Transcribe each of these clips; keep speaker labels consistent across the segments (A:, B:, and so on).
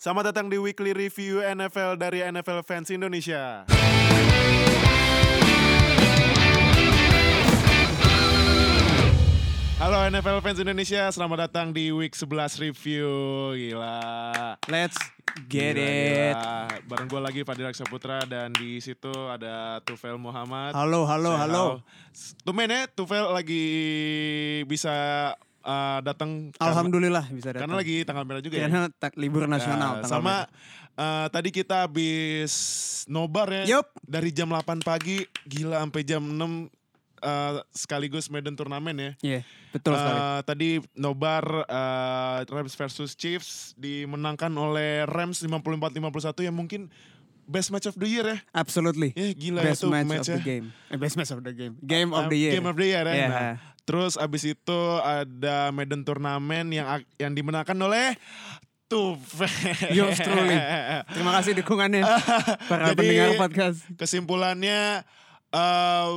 A: Selamat datang di weekly review NFL dari NFL Fans Indonesia. Halo NFL Fans Indonesia, selamat datang di week 11 review. Gila.
B: Let's get
A: Gila,
B: it.
A: gila. Bareng gue lagi Fadil Raksa Putra dan di situ ada Tufel Muhammad.
B: Halo, halo,
A: Say
B: halo.
A: S- Tumen ya, Tufel lagi bisa uh, datang. karena-
B: Alhamdulillah Iya, bisa datang.
A: Karena lagi tanggal merah juga ya.
B: Karena tak- libur
A: Nah,
B: nasional. tanggal
A: sama eh, tadi kita habis nobar ya.
B: Yup.
A: Dari jam 8 pagi gila sampai jam 6 eh, sekaligus Medan turnamen ya.
B: merah. Iya, betul sekali.
A: Eh, tadi nobar eh, Rams versus Chiefs dimenangkan oleh Rams 54-51 yang mungkin best match of the year ya.
B: Absolutely.
A: Ya gila
B: Best
A: itu
B: match,
A: match-nya.
B: of the game. Eh, best match of the game. Game
A: Um,
B: of the year.
A: Game of the year ya.
B: Iya.
A: Nah, terus abis itu ada Medan turnamen yang ak- yang dimenangkan oleh Tuve.
B: Yours truly. Terima kasih dukungannya para
A: Jadi,
B: pendengar podcast.
A: Kesimpulannya eh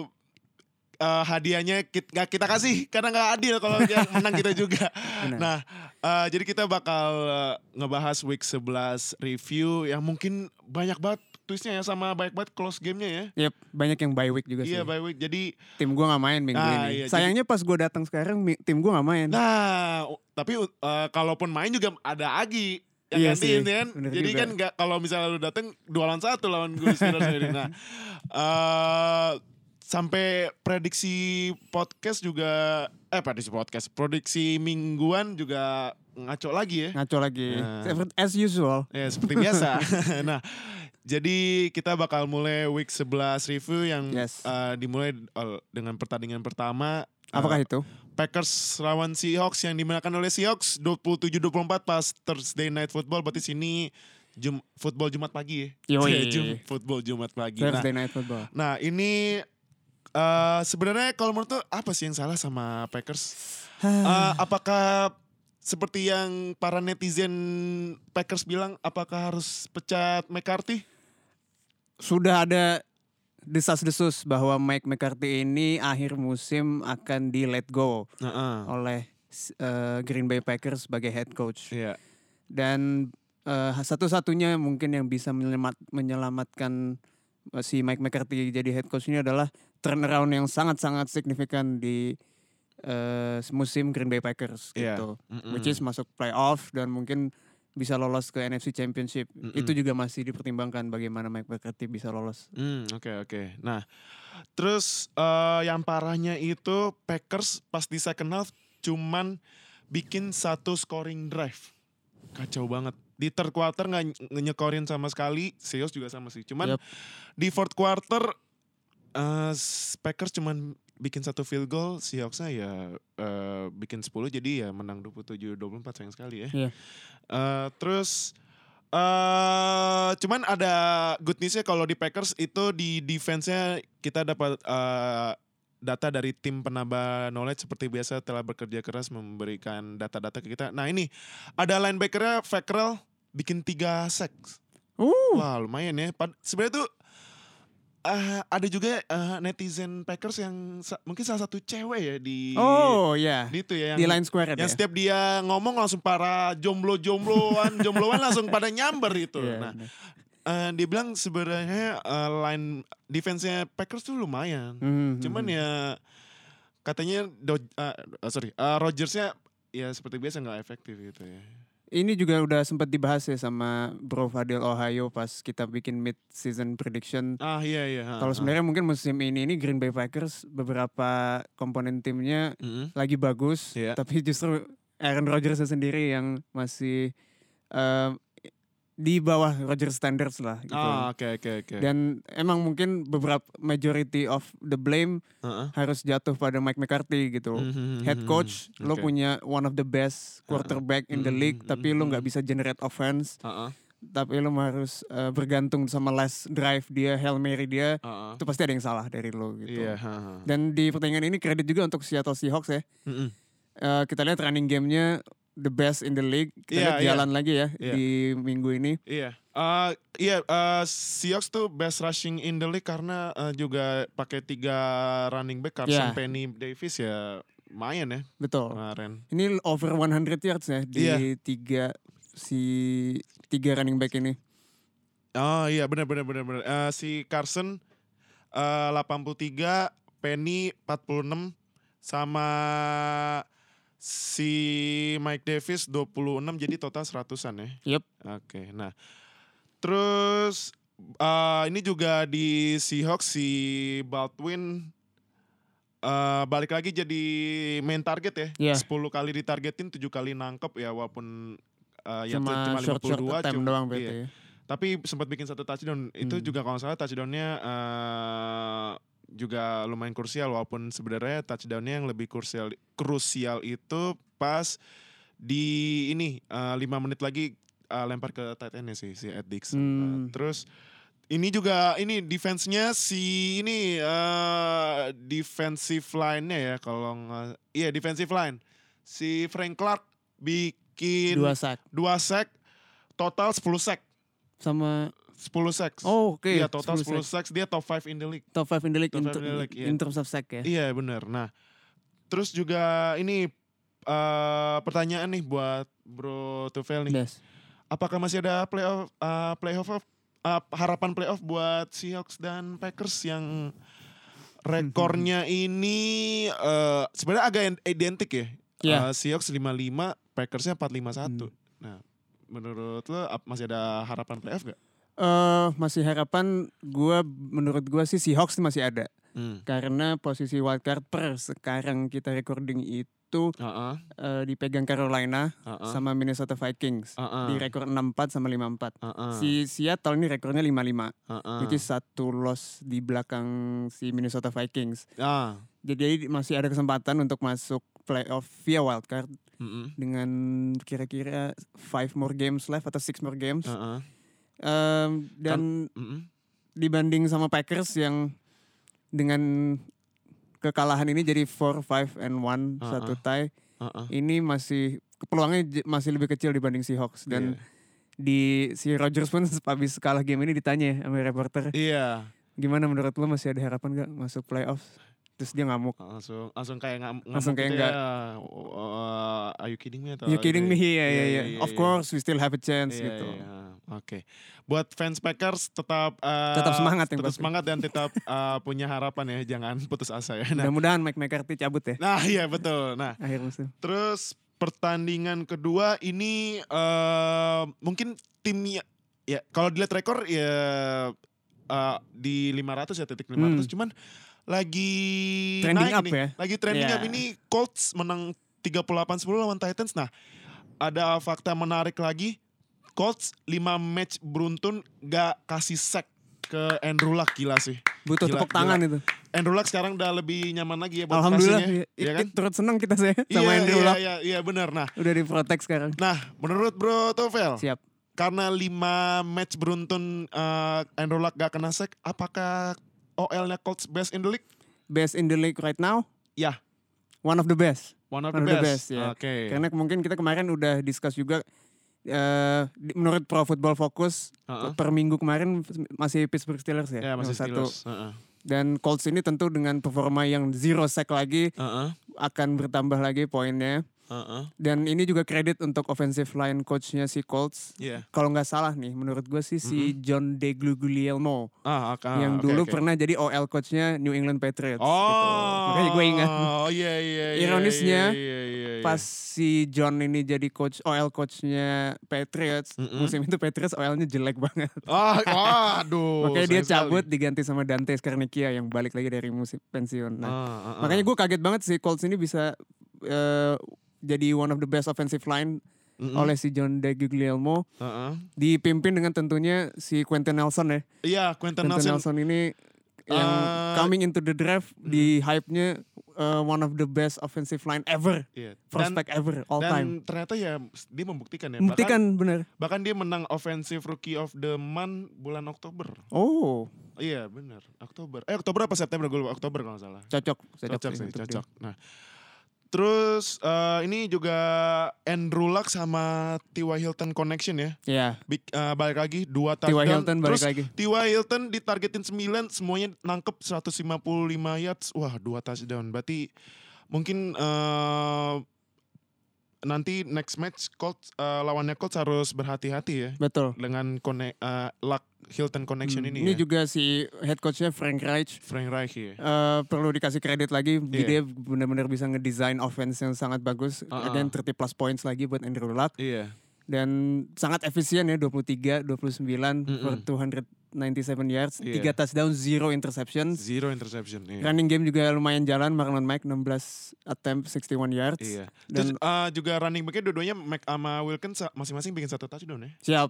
A: eh, hadiahnya kita, gak kita kasih karena nggak adil kalau yang menang kita juga.
B: Benar.
A: Nah, eh, jadi kita bakal eh, ngebahas week 11 review yang mungkin banyak banget twistnya ya sama banyak banget close gamenya ya.
B: Yep, banyak yang bye week juga
A: Iya,
B: sih.
A: by week. Jadi
B: Tim gua nggak main minggu
A: Ah, iya,
B: ini.
A: jadi-
B: Sayangnya pas gua datang sekarang mi- tim gua nggak main.
A: Nah, u- tapi uh, kalaupun main juga ada Agi yang
B: Iya
A: gantiin
B: sih,
A: kan.
B: bener
A: Jadi
B: juga.
A: kan nggak kalau misalnya lu dateng dua lawan satu lawan gue Steelers sendiri. Nah, eh, sampai prediksi podcast juga eh prediksi podcast, prediksi mingguan juga ngaco lagi ya.
B: Ngaco lagi.
A: Nah.
B: As usual.
A: Ya seperti biasa. nah, jadi kita bakal mulai week 11 review yang
B: Yes.
A: eh, dimulai eh, dengan pertandingan pertama eh,
B: Apakah itu?
A: Packers lawan Seahawks yang dimenangkan oleh Seahawks 27-24 pas Thursday Night Football. Berarti sini Jum football Jumat pagi ya.
B: Yoi.
A: Jum- football Jumat pagi. Nah,
B: Thursday Night Football.
A: nah, ini eh, sebenarnya kalau menurut tuh apa sih yang salah sama Packers? Eh, apakah seperti yang para netizen Packers bilang apakah harus pecat McCarthy?
B: sudah ada desas-desus bahwa Mike McCarthy ini akhir musim akan di let go
A: Heeh.
B: oleh eh, Green Bay Packers sebagai head coach.
A: Iya.
B: Dan eh, satu-satunya mungkin yang bisa menyelamat, menyelamatkan eh, si Mike McCarthy jadi head coach ini adalah turnaround yang sangat-sangat signifikan di eh, musim Green Bay Packers
A: Iya.
B: gitu.
A: Mm-mm.
B: Which is masuk playoff dan mungkin bisa lolos ke NFC Championship.
A: Mm-mm.
B: Itu juga masih dipertimbangkan bagaimana Mike McCarthy bisa lolos.
A: Hmm, oke oke. Nah, terus eh, yang parahnya itu Packers pas di second half cuman bikin satu scoring drive. Kacau banget. Di third quarter nggak ny- nggak nyekorin sama sekali, Seahawks juga sama sih. Cuman
B: Yep.
A: di fourth quarter eh, s- Packers cuman bikin satu field goal, Seahawksnya ya eh, bikin 10 jadi ya menang 27-24 sayang sekali ya.
B: Iya.
A: Eh, terus eh cuman ada good newsnya kalau di Packers itu di defense-nya kita dapat eh, data dari tim penambah knowledge seperti biasa telah bekerja keras memberikan data-data ke kita. Nah ini ada linebacker-nya Fackrell bikin tiga sack.
B: Uh,
A: Wah lumayan ya. Pad- Sebenarnya tuh eh, ada juga eh, netizen Packers yang sa- mungkin salah satu cewek ya di
B: Oh ya.
A: di itu ya yang
B: Di line square
A: yang
B: ya.
A: setiap dia ngomong langsung para jomblo-jombloan, jombloan langsung pada nyamber itu.
B: Iya,
A: Nah,
B: benar.
A: eh, dia bilang sebenarnya eh, line defense-nya Packers tuh lumayan.
B: Mhm,
A: Cuman
B: mhm.
A: ya katanya Dod- eh, eh, sorry, eh, Rodgers-nya ya seperti biasa nggak efektif gitu ya.
B: ini juga udah sempat dibahas ya sama Bro Fadil Ohio pas kita bikin mid season prediction.
A: Ah iya iya. ha, ha.
B: Kalau sebenarnya mungkin musim ini ini Green Bay Packers beberapa komponen timnya
A: Mm-mm.
B: lagi bagus,
A: Iya.
B: tapi justru Aaron Rodgers sendiri yang masih eh, di bawah Rodgers standards lah gitu.
A: Ah oke oke oke.
B: Dan emang mungkin beberapa majority of the blame
A: Ha-ha.
B: harus jatuh pada Mike McCarthy gitu.
A: Mhm,
B: head
A: mhm,
B: coach
A: mhm.
B: lo
A: Oke.
B: punya one of the best quarterback in the
A: Mm,
B: league
A: mm,
B: tapi
A: mm,
B: lo
A: mm.
B: nggak bisa generate offense
A: Ha-ha,
B: tapi lo harus eh, bergantung sama last drive dia hail mary dia
A: ha-ha.
B: itu pasti ada yang salah dari lo gitu
A: Iya, ha-ha.
B: dan di pertandingan ini kredit juga untuk Seattle Seahawks ya
A: Mm-mm.
B: Eh, kita lihat running gamenya the best in the league kita
A: Iya,
B: lihat
A: iya.
B: jalan lagi ya
A: Iya.
B: di minggu ini
A: Iya, Eh, iya eh, Seahawks tuh best rushing in the league karena eh, juga pakai tiga running back Carson
B: Iya.
A: Penny Davis ya main ya
B: betul
A: kemarin.
B: ini over 100 yards ya di
A: Iya.
B: tiga si tiga running back ini.
A: Oh iya benar benar benar benar. Eh, si Carson eh, 83, Penny 46 sama si Mike Davis 26 jadi total 100-an ya.
B: Yep.
A: Oke. Nah, terus eh, ini juga di Seahawks si Baldwin eh, balik lagi jadi main target ya.
B: Iya.
A: 10 kali ditargetin, 7 kali nangkep ya walaupun eh, ya
B: Cuma, short short time
A: cuma-
B: doang
A: iya.
B: berarti. ya.
A: Tapi sempat bikin satu touchdown. Itu
B: Hmm.
A: juga kalau nggak salah touchdownnya eh, juga lumayan krusial walaupun sebenarnya touchdownnya yang lebih krusial krusial itu pas di ini eh, lima menit lagi eh, lempar ke tight endnya sih si Ed Dixon. Eh,
B: Hmm.
A: terus ini juga ini defense-nya si ini eh defensive line-nya ya kalau nggak- iya defensive line. Si Frank Clark bikin
B: Dua sack
A: dua sack total 10 sack
B: sama
A: 10 sacks.
B: oh oke.
A: Iya total 10
B: 10
A: sacks.
B: sack.
A: Dia top 5 in the league.
B: Top 5 in the league,
A: Top
B: in,
A: five in the league, iya.
B: in terms of sack ya.
A: Iya bener. Nah terus juga ini eh, pertanyaan nih buat Bro Tufel nih.
B: Yes.
A: Apakah masih ada playoff eh, playoff of- eh, harapan playoff buat Seahawks dan Packers yang rekornya ini eh, sebenarnya agak in- identik ya.
B: Iya. Hmm.
A: Eh, Seahawks 55, Packersnya 451. Nah menurut lo ap- masih ada harapan playoff gak?
B: Eh, masih harapan gua menurut gua sih Seahawks masih ada Hmm. karena posisi wildcard per sekarang kita recording itu
A: Heeh,
B: eh, dipegang Carolina
A: heeh,
B: sama Minnesota Vikings
A: heeh,
B: di rekor 64 sama 54.
A: heeh,
B: Si Seattle ini rekornya 55,
A: heeh.
B: which is satu loss di belakang si Minnesota Vikings.
A: Ah.
B: Jadi masih ada kesempatan untuk masuk playoff via wildcard
A: Mm-mm.
B: dengan kira-kira five more games left atau six more games.
A: Uh-uh.
B: Em, dan
A: Mm-mm.
B: dibanding sama Packers yang dengan kekalahan ini jadi 4 5 and 1
A: Ah,
B: satu tie
A: Uh-uh.
B: ini masih peluangnya j- masih lebih kecil dibanding Seahawks dan
A: Iya.
B: di si Rogers pun habis kalah game ini ditanya sama reporter
A: Iya,
B: gimana menurut lo masih ada harapan gak masuk playoffs terus dia ngamuk
A: langsung langsung kayak nggak
B: Langsung kayak nggak.
A: ya. Oh, are you kidding me atau
B: you kidding me
A: Iya,
B: ya
A: iya,
B: ya ya
A: iya,
B: of
A: iya.
B: course we still have a chance
A: Iya,
B: gitu
A: iya. Oke. Buat fans Packers tetap eh,
B: Tetap semangat yang
A: tetap
B: pasti.
A: semangat dan tetap eh, punya harapan ya, jangan putus asa ya. Nah,
B: mudah-mudahan Mike McCarthy cabut ya
A: nah iya betul. Nah,
B: akhir musim
A: Terus pertandingan kedua ini eh, mungkin timnya ya kalau dilihat rekor ya eh, di 500 ya titik 500
B: Hmm.
A: cuman lagi
B: Trending
A: naik
B: up
A: nih.
B: ya?
A: Lagi trending
B: Iya.
A: up ini Colts menang 38-10 lawan Titans. Nah, ada fakta menarik lagi. Colts 5 match beruntun gak kasih sack ke Andrew Luck gila sih.
B: butuh
A: Gila,
B: tepuk tangan itu
A: Andrew Luck sekarang udah lebih nyaman lagi ya buat
B: alhamdulillah
A: passingnya,
B: ya,
A: ya
B: it-
A: kan?
B: it turut seneng kita saya sama
A: iya,
B: Andrew
A: iya,
B: Luck
A: iya, iya benar. Nah,
B: udah di protect sekarang
A: Nah, menurut Bro Tovel,
B: siap
A: karena lima match beruntun eh, Andrew Luck gak kena sack, apakah OL-nya Colts best in the league?
B: best in the league right now
A: Ya.
B: one of the best
A: One of
B: One
A: the
B: of the
A: best.
B: best, ya.
A: Oke.
B: karena mungkin kita kemarin udah discuss juga eh, di- menurut Pro Football Focus
A: Heeh.
B: per minggu kemarin masih Pittsburgh Steelers
A: Ya,
B: ya,
A: masih
B: nomor satu.
A: Steelers. Heeh.
B: Dan Colts ini tentu dengan performa yang zero sack lagi
A: Heeh.
B: akan bertambah lagi poinnya.
A: Heeh.
B: Dan ini juga kredit untuk offensive line coachnya si Colts.
A: Iya.
B: Kalau nggak salah nih, menurut gue sih si John DeGuglielmo
A: Ah, oke,
B: yang
A: oke,
B: dulu
A: oke.
B: pernah jadi OL coachnya New England Patriots.
A: Oh,
B: gitu. Makanya gue ingat
A: Oh, iya, iya, iya,
B: Ironisnya,
A: iya, iya, iya.
B: pas si John ini jadi coach OL coachnya Patriots
A: Mm-mm.
B: musim itu Patriots OL-nya jelek banget
A: Ah, ah, aduh.
B: makanya dia
A: sayang sekali.
B: cabut diganti sama Dante Scarnicchia yang balik lagi dari musim pensiun
A: Ah,
B: nah,
A: ah, ah.
B: makanya gue kaget banget si Colts ini bisa eh, jadi one of the best offensive line
A: Mm-mm.
B: oleh si John DeGuglielmo
A: Heeh.
B: dipimpin dengan tentunya si Quentin Nelson ya
A: Iya, Quentin
B: Quentin Nelson,
A: Nelson.
B: ini yang
A: Eh, hmm.
B: coming into the draft di hype-nya eh, one of the best offensive line ever
A: Iya. Dan,
B: prospect ever all time
A: dan ternyata ya dia membuktikan ya. Bahkan-
B: Buktikan bener.
A: Bahkan dia menang Offensive Rookie of the Month bulan Oktober.
B: Oh,
A: Iya benar, Oktober. Eh Oktober apa September? Gue lupa Oktober kalau nggak salah.
B: cocok,
A: Cocok,
B: sih
A: sih,
B: untuk
A: cocok. Nah, terus eh, ini juga Andrew Luck sama T.Y. Hilton connection ya.
B: dia. Iya,
A: Big, eh, balik lagi dua
B: T.Y.
A: touchdown.
B: Hilton balik
A: terus
B: lagi.
A: T.Y. Hilton ditargetin 9, semuanya nangkep 155 yards. Wah, dua touchdown. Berarti mungkin eh nanti next match Colts eh, lawannya Colts harus berhati-hati ya
B: Betul.
A: dengan konek eh, luck Hilton connection
B: Hmm,
A: ini, ya.
B: juga si head coachnya Frank Reich
A: Frank Reich ya.
B: eh, perlu dikasih kredit lagi.
A: Iya.
B: Dia benar-benar bisa ngedesain offense yang sangat bagus.
A: Ah,
B: Dan
A: ah.
B: 30 plus points lagi buat Andrew Luck
A: Iya.
B: dan sangat efisien ya 23, 29 for
A: Mm-mm.
B: 297 yards,
A: Iya.
B: tiga touchdown, zero interceptions.
A: Zero interception. Iya.
B: Running game juga lumayan jalan Marlon Mack 16 attempt 61 yards.
A: Iya. Terus
B: Dan
A: eh, juga running backnya dua-duanya Mac sama Wilkins sa- masing-masing bikin satu touchdown ya.
B: siap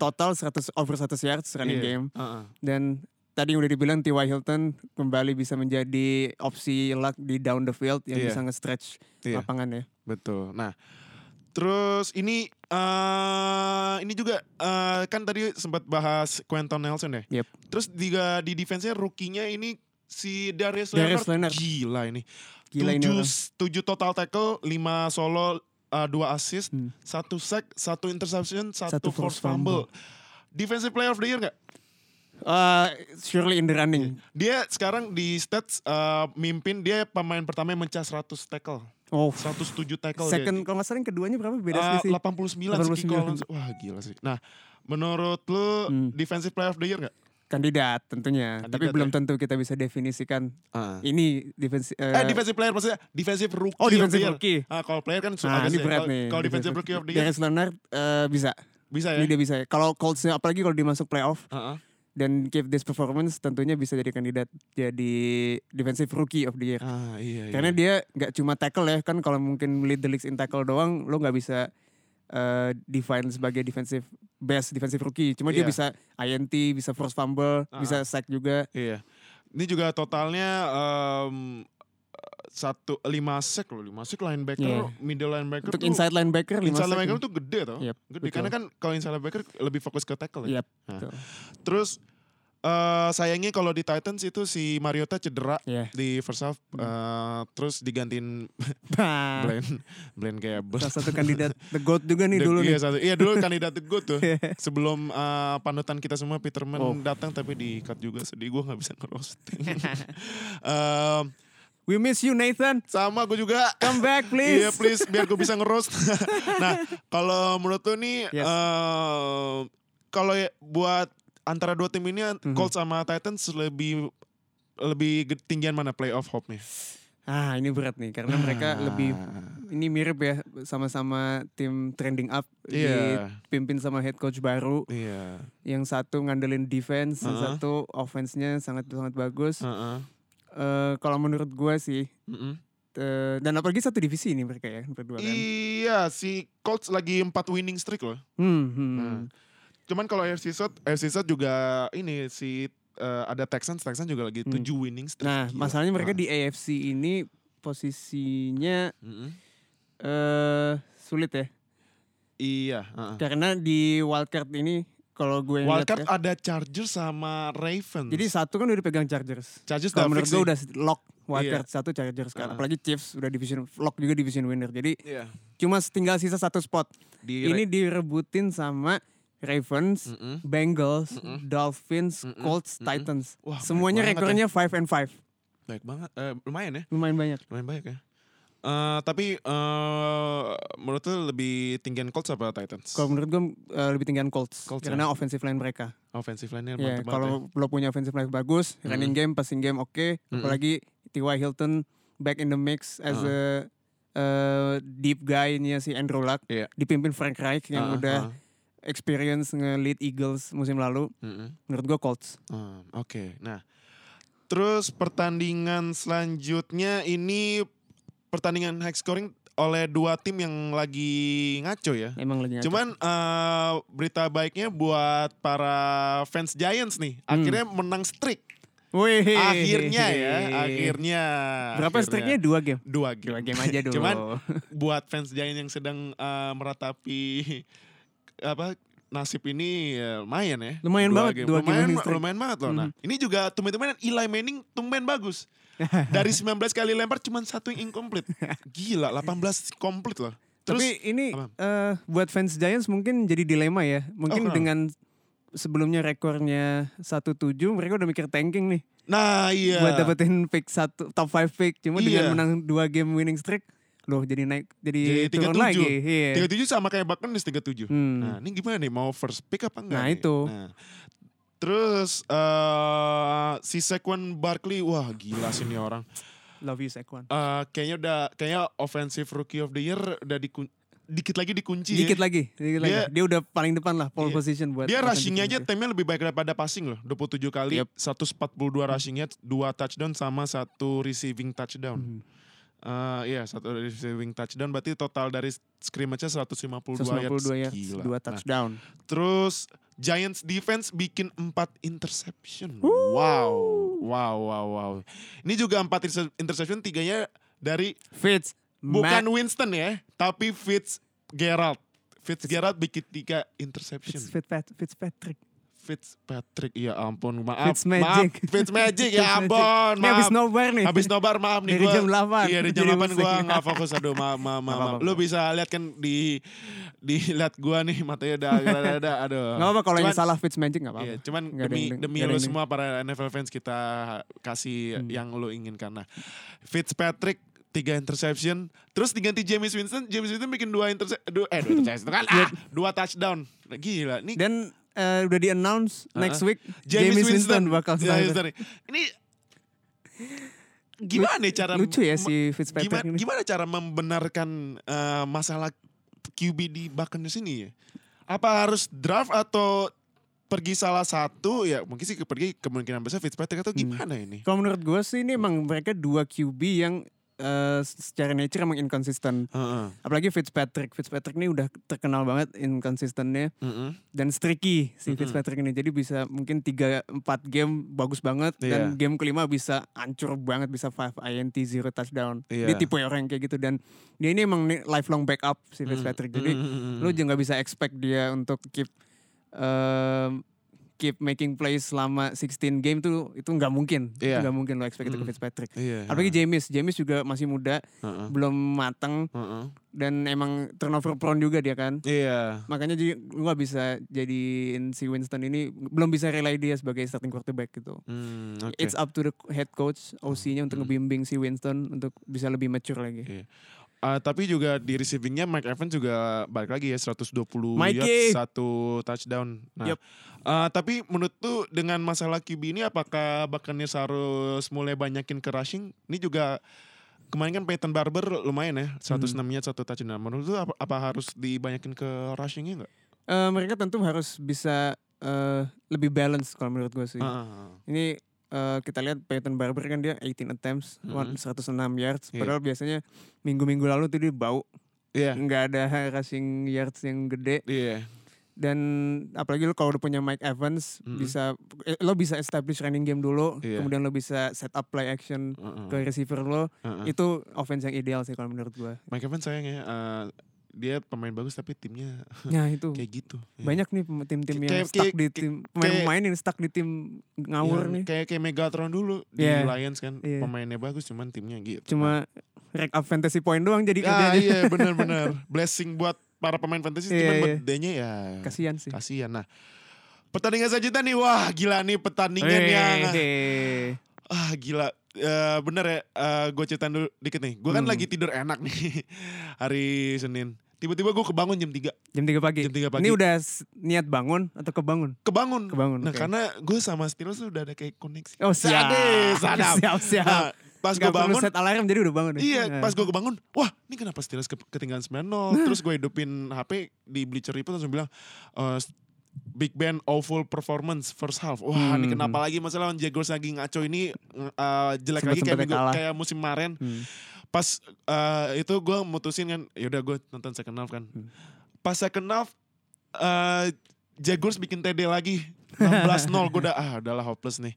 A: Iya.
B: total 100 over 100 yards running
A: Iya.
B: game.
A: Heeh.
B: Dan tadi udah dibilang T.Y. Hilton kembali bisa menjadi opsi luck di down the field yang
A: Iya.
B: bisa nge-stretch
A: Iya.
B: lapangan ya.
A: Betul. Nah, terus ini eh ini juga eh, kan tadi sempat bahas Quentin Nelson ya.
B: Yep.
A: Terus juga di defense-nya rookie-nya ini si Darius Leonard.
B: Darius Leonard.
A: Gila ini.
B: Gila ini
A: tujuh,
B: orang.
A: tujuh total tackle, lima solo, eh, dua assist,
B: Hmm.
A: satu sack, satu interception, satu,
B: Satu
A: force
B: forced
A: fumble. Defensive player of the year gak?
B: Eh, surely in the running.
A: Dia sekarang di stats eh, mimpin dia pemain pertama yang mencah 100 tackle.
B: Oh.
A: 107 tackle dia.
B: Second kalau nggak salah yang keduanya berapa beda
A: Eh,
B: sih?
A: 89, sih Kiko
B: 89.
A: Alonso. Wah gila sih. Nah, menurut lu
B: Hmm.
A: defensive player of the year gak?
B: kandidat tentunya tapi
A: Kandidat
B: belum
A: ya. Ah.
B: tentu kita bisa definisikan ini defensi eh,
A: Eh defensive player maksudnya defensive rookie
B: oh
A: of the
B: defensive
A: year.
B: rookie
A: Ah, kalau player kan su-
B: nah
A: agak
B: ini
A: sih.
B: berat
A: Kalau-
B: nih
A: Kalau defensive rookie of the year
B: Darius Leonard eh, bisa
A: bisa ya.
B: ini dia bisa kalau Colts apalagi kalau dia masuk playoff
A: Heeh.
B: dan give this performance tentunya bisa jadi kandidat jadi defensive rookie of the year
A: Ah, iya, iya.
B: karena dia nggak cuma tackle ya kan kalau mungkin lead the league in tackle doang lo nggak bisa eh, define sebagai defensive best defensive rookie cuma dia
A: Iya.
B: bisa INT bisa force fumble
A: Ah.
B: bisa sack juga
A: Iya. Ini juga totalnya em, satu lima sek loh, lima sek linebacker,
B: Iya.
A: middle linebacker.
B: untuk
A: tuh-
B: inside linebacker lima
A: inside
B: sack
A: linebacker
B: nih.
A: tuh gede tau.
B: Yep,
A: gede
B: betul. Iya.
A: karena kan kalau inside linebacker lebih fokus ke tackle. ya.
B: Yep,
A: Nah.
B: betul.
A: Terus eh sayangnya kalau di Titans itu si Mariota cedera
B: Iya.
A: di first half eh, terus digantiin
B: Nah,
A: Blaine Blaine kayak
B: salah satu kandidat the goat juga nih
A: The-
B: dulu
A: iya,
B: nih. Iya.
A: satu- iya dulu kandidat the good tuh sebelum eh, panutan kita semua Peterman
B: Oh.
A: datang tapi di cut juga sedih gue nggak bisa Eh, ngerosting Em,
B: We miss you Nathan.
A: sama gue juga
B: Come back
A: Iya please
B: please.
A: biar gue bisa ngeroast. nah kalau menurut lu nih
B: Yes.
A: eh, kalau ya, buat antara dua tim ini
B: Mhm.
A: Colts sama Titans lebih lebih ge- tinggian mana playoff hope-nya?
B: Ah, ini berat nih karena mereka lebih ini mirip ya sama-sama tim trending up
A: Iya.
B: dipimpin sama head coach baru
A: Iya.
B: yang satu ngandelin defense, yang
A: Uh-uh.
B: satu offense-nya sangat sangat bagus.
A: Heeh.
B: Eh, kalau menurut gua sih
A: Mm-mm.
B: eh, dan apalagi satu divisi ini mereka ya berdua kan.
A: Iya si Colts lagi empat winning streak loh.
B: Hmm, hmm.
A: Nah. Cuman kalau AFC South, AFC South juga ini si eh, ada Texans, Texans juga lagi
B: Hmm.
A: tujuh winning streak.
B: Nah,
A: Gila.
B: masalahnya mereka
A: Ah.
B: di AFC ini posisinya
A: Mm-mm.
B: eh sulit ya.
A: Iya. heeh.
B: Nah. Karena di wildcard ini kalau gue ngeliat
A: Wildcard
B: ya,
A: ada Chargers sama Ravens.
B: jadi satu kan udah dipegang Chargers.
A: Chargers
B: Kalau menurut
A: fix
B: gue
A: sih.
B: udah lock wildcard satu Chargers kan.
A: Uh-uh.
B: Apalagi Chiefs udah division lock juga division winner. Jadi
A: Iya.
B: cuma tinggal sisa satu spot.
A: Di
B: Ini direbutin sama Ravens,
A: Iya, Mm-mm.
B: Bengals, Dolphins,
A: Mm-mm.
B: Colts,
A: Mm-mm.
B: Titans.
A: Wah,
B: Semuanya
A: banyak banget
B: rekornya 5 and 5.
A: baik banget. Eh, lumayan ya,
B: Lumayan banyak.
A: lumayan banyak ya. Eh, tapi eh menurut lu lebih tinggian Colts apa Titans?
B: Kalau menurut gue eh, lebih tinggian Colts,
A: Colts, ya?
B: karena offensive line mereka.
A: Offensive line-nya
B: Ya,
A: Kan mantep banget.
B: kalau lo punya offensive line bagus, running game, passing game oke,
A: Mm-mm. Ah.
B: apalagi T.Y. Hilton back in the mix as a uh, deep guy-nya si Andrew Luck,
A: Iya.
B: dipimpin Frank Reich
A: ya.
B: yang
A: Ah,
B: udah
A: ah,
B: experience nge-lead Eagles musim lalu.
A: mm-mm.
B: Menurut gua Colts.
A: Ah, Oke, nah. Terus pertandingan selanjutnya ini pertandingan high scoring oleh dua tim yang lagi ngaco ya.
B: Emang lagi Iya, ngaco.
A: Cuman eh, berita baiknya buat para fans Giants nih,
B: Hmm.
A: akhirnya menang streak.
B: Wih.
A: Akhirnya ya, akhirnya.
B: Berapa
A: Akhirnya.
B: streaknya? Dua game.
A: Dua game.
B: Dua game aja dulu.
A: Cuman buat fans Giants yang sedang eh, meratapi apa nasib ini ya, lumayan ya.
B: Lumayan banget, dua game
A: lumayan,
B: winning streak. Hmm.
A: lumayan banget loh. Nah, ini juga tumben-tumbenan Eli Manning tumben bagus. Dari 19 kali lempar cuman satu yang incomplete. Gila, 18 komplit loh.
B: Tapi
A: Terus
B: ini
A: apa?
B: eh, buat fans Giants mungkin jadi dilema ya. Mungkin
A: kenapa?
B: dengan sebelumnya rekornya 1-7 mereka udah mikir tanking nih
A: nah iya.
B: buat dapetin pick satu top 5 pick. Cuma
A: Iya.
B: dengan menang 2 game winning streak loh jadi naik jadi,
A: Jadi
B: turun
A: 37.
B: lagi. Iya.
A: 37 sama kayak Buccaneers 37.
B: Hmm.
A: Nah, ini gimana nih mau first pick apa enggak?
B: Nah,
A: nih?
B: itu.
A: Nah, Terus eh si Saquon Barkley, wah gila sih nih orang.
B: Love you Saquon.
A: Eh kayaknya udah kayaknya offensive rookie of the year udah dikun dikit lagi dikunci. ya.
B: Dikit lagi, dikit lagi.
A: Dia-
B: Dia udah paling depan lah pole
A: Iya.
B: position buat.
A: Dia
B: offensive
A: rushingnya aja
B: defense.
A: timnya lebih baik daripada passing loh. 27 kali,
B: Yep.
A: 142 rushingnya, 2 touchdown sama satu receiving touchdown.
B: Mhm.
A: Eh iya satu receiving touchdown berarti total dari scrimmage-nya 152,
B: 152
A: yards.
B: yards,
A: Gila.
B: dua
A: Nah,
B: touchdown.
A: Terus Giants defense bikin 4 interception.
B: Wuh.
A: Wow. Wow, wow, wow. Ini juga 4 interception, tiganya dari
B: Fitz
A: bukan Winston ya, tapi Fitzgerald. Fitzgerald bikin 3 interception.
B: Fitz, Fitz, Fitzpatrick.
A: Fitzpatrick, ya ampun, maaf. Maaf,
B: Fitzmagic.
A: Fitzmagic, ya
B: Fitzmagic.
A: ampun,
B: Ini habis
A: maaf.
B: nobar nih.
A: Habis nobar, maaf nih
B: Dari
A: gua-
B: jam 8.
A: Iya, dari jam
B: Jadi
A: 8
B: pusing.
A: gue gak fokus. Aduh, maaf, maaf, maaf.
B: apa-apa.
A: Lu bisa lihat kan di... Di lihat gue nih, matanya udah ada aduh.
B: Gak apa-apa kalau yang
A: Cuman-
B: salah Fitz Magic gak apa-apa.
A: Iya, cuman
B: Nggak ada
A: demi
B: yang deng- Hmm.
A: demi
B: nggak
A: lo
B: ada yang
A: semua para NFL fans kita kasih yang lo inginkan. Nah, Fitzpatrick tiga interception, terus diganti James Winston. James Winston bikin dua interception, eh dua interception kan?
B: Iya.
A: Ah, dua touchdown. Gila, ini
B: Dan eh, udah di announce next week
A: Uh-huh. James, Winston,
B: bakal
A: James Winston.
B: starter.
A: Ini gimana nih Eh, cara
B: Lucu ya si
A: gimana,
B: Fitzpatrick ini.
A: gimana cara membenarkan eh, masalah QB di Buccaneers ini ya? Apa harus draft atau pergi salah satu ya mungkin sih pergi kemungkinan besar Fitzpatrick
B: Hmm.
A: atau gimana ini?
B: Kalau menurut gue sih ini emang mereka dua QB yang eh, secara nature emang inconsistent.
A: Heeh.
B: Apalagi Fitzpatrick. Fitzpatrick ini udah terkenal banget inconsistennya
A: Heeh.
B: dan streaky si
A: Hmm.
B: Fitzpatrick ini. Jadi bisa mungkin 3 4 game bagus banget
A: Iya.
B: dan game kelima bisa hancur banget bisa 5 INT 0 touchdown.
A: Iya.
B: Dia tipe orang kayak gitu dan dia ini emang nih lifelong backup si
A: Hmm.
B: Fitzpatrick. Jadi lu juga nggak bisa expect dia untuk keep um, keep making plays selama 16 game tuh itu nggak mungkin. Itu
A: Iya.
B: nggak mungkin lo expect itu ke Fitzpatrick.
A: Iya.
B: Apalagi James, James juga masih muda,
A: Heeh.
B: belum matang
A: Heeh.
B: dan emang turnover prone juga dia kan.
A: Iya.
B: Makanya jadi lu nggak bisa jadiin si Winston ini belum bisa rely dia sebagai starting quarterback gitu.
A: Hmm, oke. Hmm.
B: It's up to the head coach, OC-nya untuk ngebimbing si Winston untuk bisa lebih mature lagi.
A: Iya. Ah, tapi juga di receivingnya Mike Evans juga balik lagi ya 120
B: Mikey.
A: yards satu touchdown. Nah,
B: Yep.
A: ah, tapi menurut tuh dengan masalah QB ini apakah Buccaneers harus mulai banyakin ke rushing? Ini juga kemarin kan Peyton Barber lumayan ya 106 yards satu touchdown. Menurut tuh apa, apa harus dibanyakin ke rushingnya nggak?
B: Eh, mereka tentu harus bisa eh, lebih balance kalau menurut gue sih.
A: Ah,
B: Ini eh, kita lihat Peyton Barber kan dia 18 attempts,
A: Mhm.
B: 106 yards.
A: Iya.
B: Padahal biasanya minggu-minggu lalu tuh dia bau,
A: Iya.
B: nggak ada rushing yards yang gede.
A: Iya.
B: Dan apalagi lo kalau udah punya Mike Evans
A: Mhm.
B: bisa eh, lo bisa establish running game dulu,
A: Iya. Mm.
B: kemudian lo bisa set up play action
A: Heeh.
B: ke receiver lo.
A: Heeh.
B: Itu offense yang ideal sih kalau menurut gue.
A: Mike Evans sayang ya eh, dia pemain bagus tapi timnya
B: Nah itu.
A: kayak gitu. Iya.
B: Banyak nih pem- tim-tim yang
A: Kayak-
B: stuck
A: kayak-
B: di
A: kayak-
B: tim pemain-pemain yang stuck di tim ngawur
A: Iya,
B: nih.
A: Kayak kayak Megatron dulu di
B: Iya.
A: Lions kan
B: Iya.
A: pemainnya bagus cuman timnya gitu.
B: Cuma rack up fantasy point doang jadi
A: ah,
B: kerjanya.
A: iya benar-benar blessing buat para pemain fantasy
B: Iya,
A: cuman
B: iya.
A: buat D-nya ya
B: Kasihan sih.
A: kasihan. Nah, pertandingan selanjutnya nih wah gila nih pertandingan yang
B: Hehehe.
A: ah gila Eh, bener ya gue ceritain dulu dikit nih. Gue kan
B: Hmm.
A: lagi tidur enak nih hari Senin. Tiba-tiba gue kebangun jam 3
B: Jam 3 pagi.
A: Jam 3 pagi.
B: Ini udah s- niat bangun atau kebangun?
A: Kebangun.
B: Kebangun,
A: Nah
B: oke.
A: karena gue sama Steelers tuh udah ada kayak koneksi.
B: Oh siap.
A: Sadis, sadap.
B: Siap, siap.
A: Nah, pas gue
B: Nggak perlu
A: bangun
B: set alarm jadi udah bangun. ya?
A: Iya,
B: Nah.
A: pas gue kebangun, wah ini kenapa Steelers ke- ketinggalan 9-0. Terus gue hidupin HP di Bleacher Report langsung bilang, eh, Big Ben awful performance first half. Wah ini
B: Hmm.
A: kenapa lagi masalah lawan Jaguars lagi ngaco ini eh, jelek lagi kayak,
B: Sempet-sempetnya
A: minggu-
B: kalah.
A: kayak musim kemarin.
B: Hmm.
A: Pas eh, itu gue mutusin kan, yaudah gue nonton second half kan.
B: Hmm.
A: Pas second half, eh, Jaguars bikin TD lagi. 16-0 gue udah, ah udahlah hopeless nih.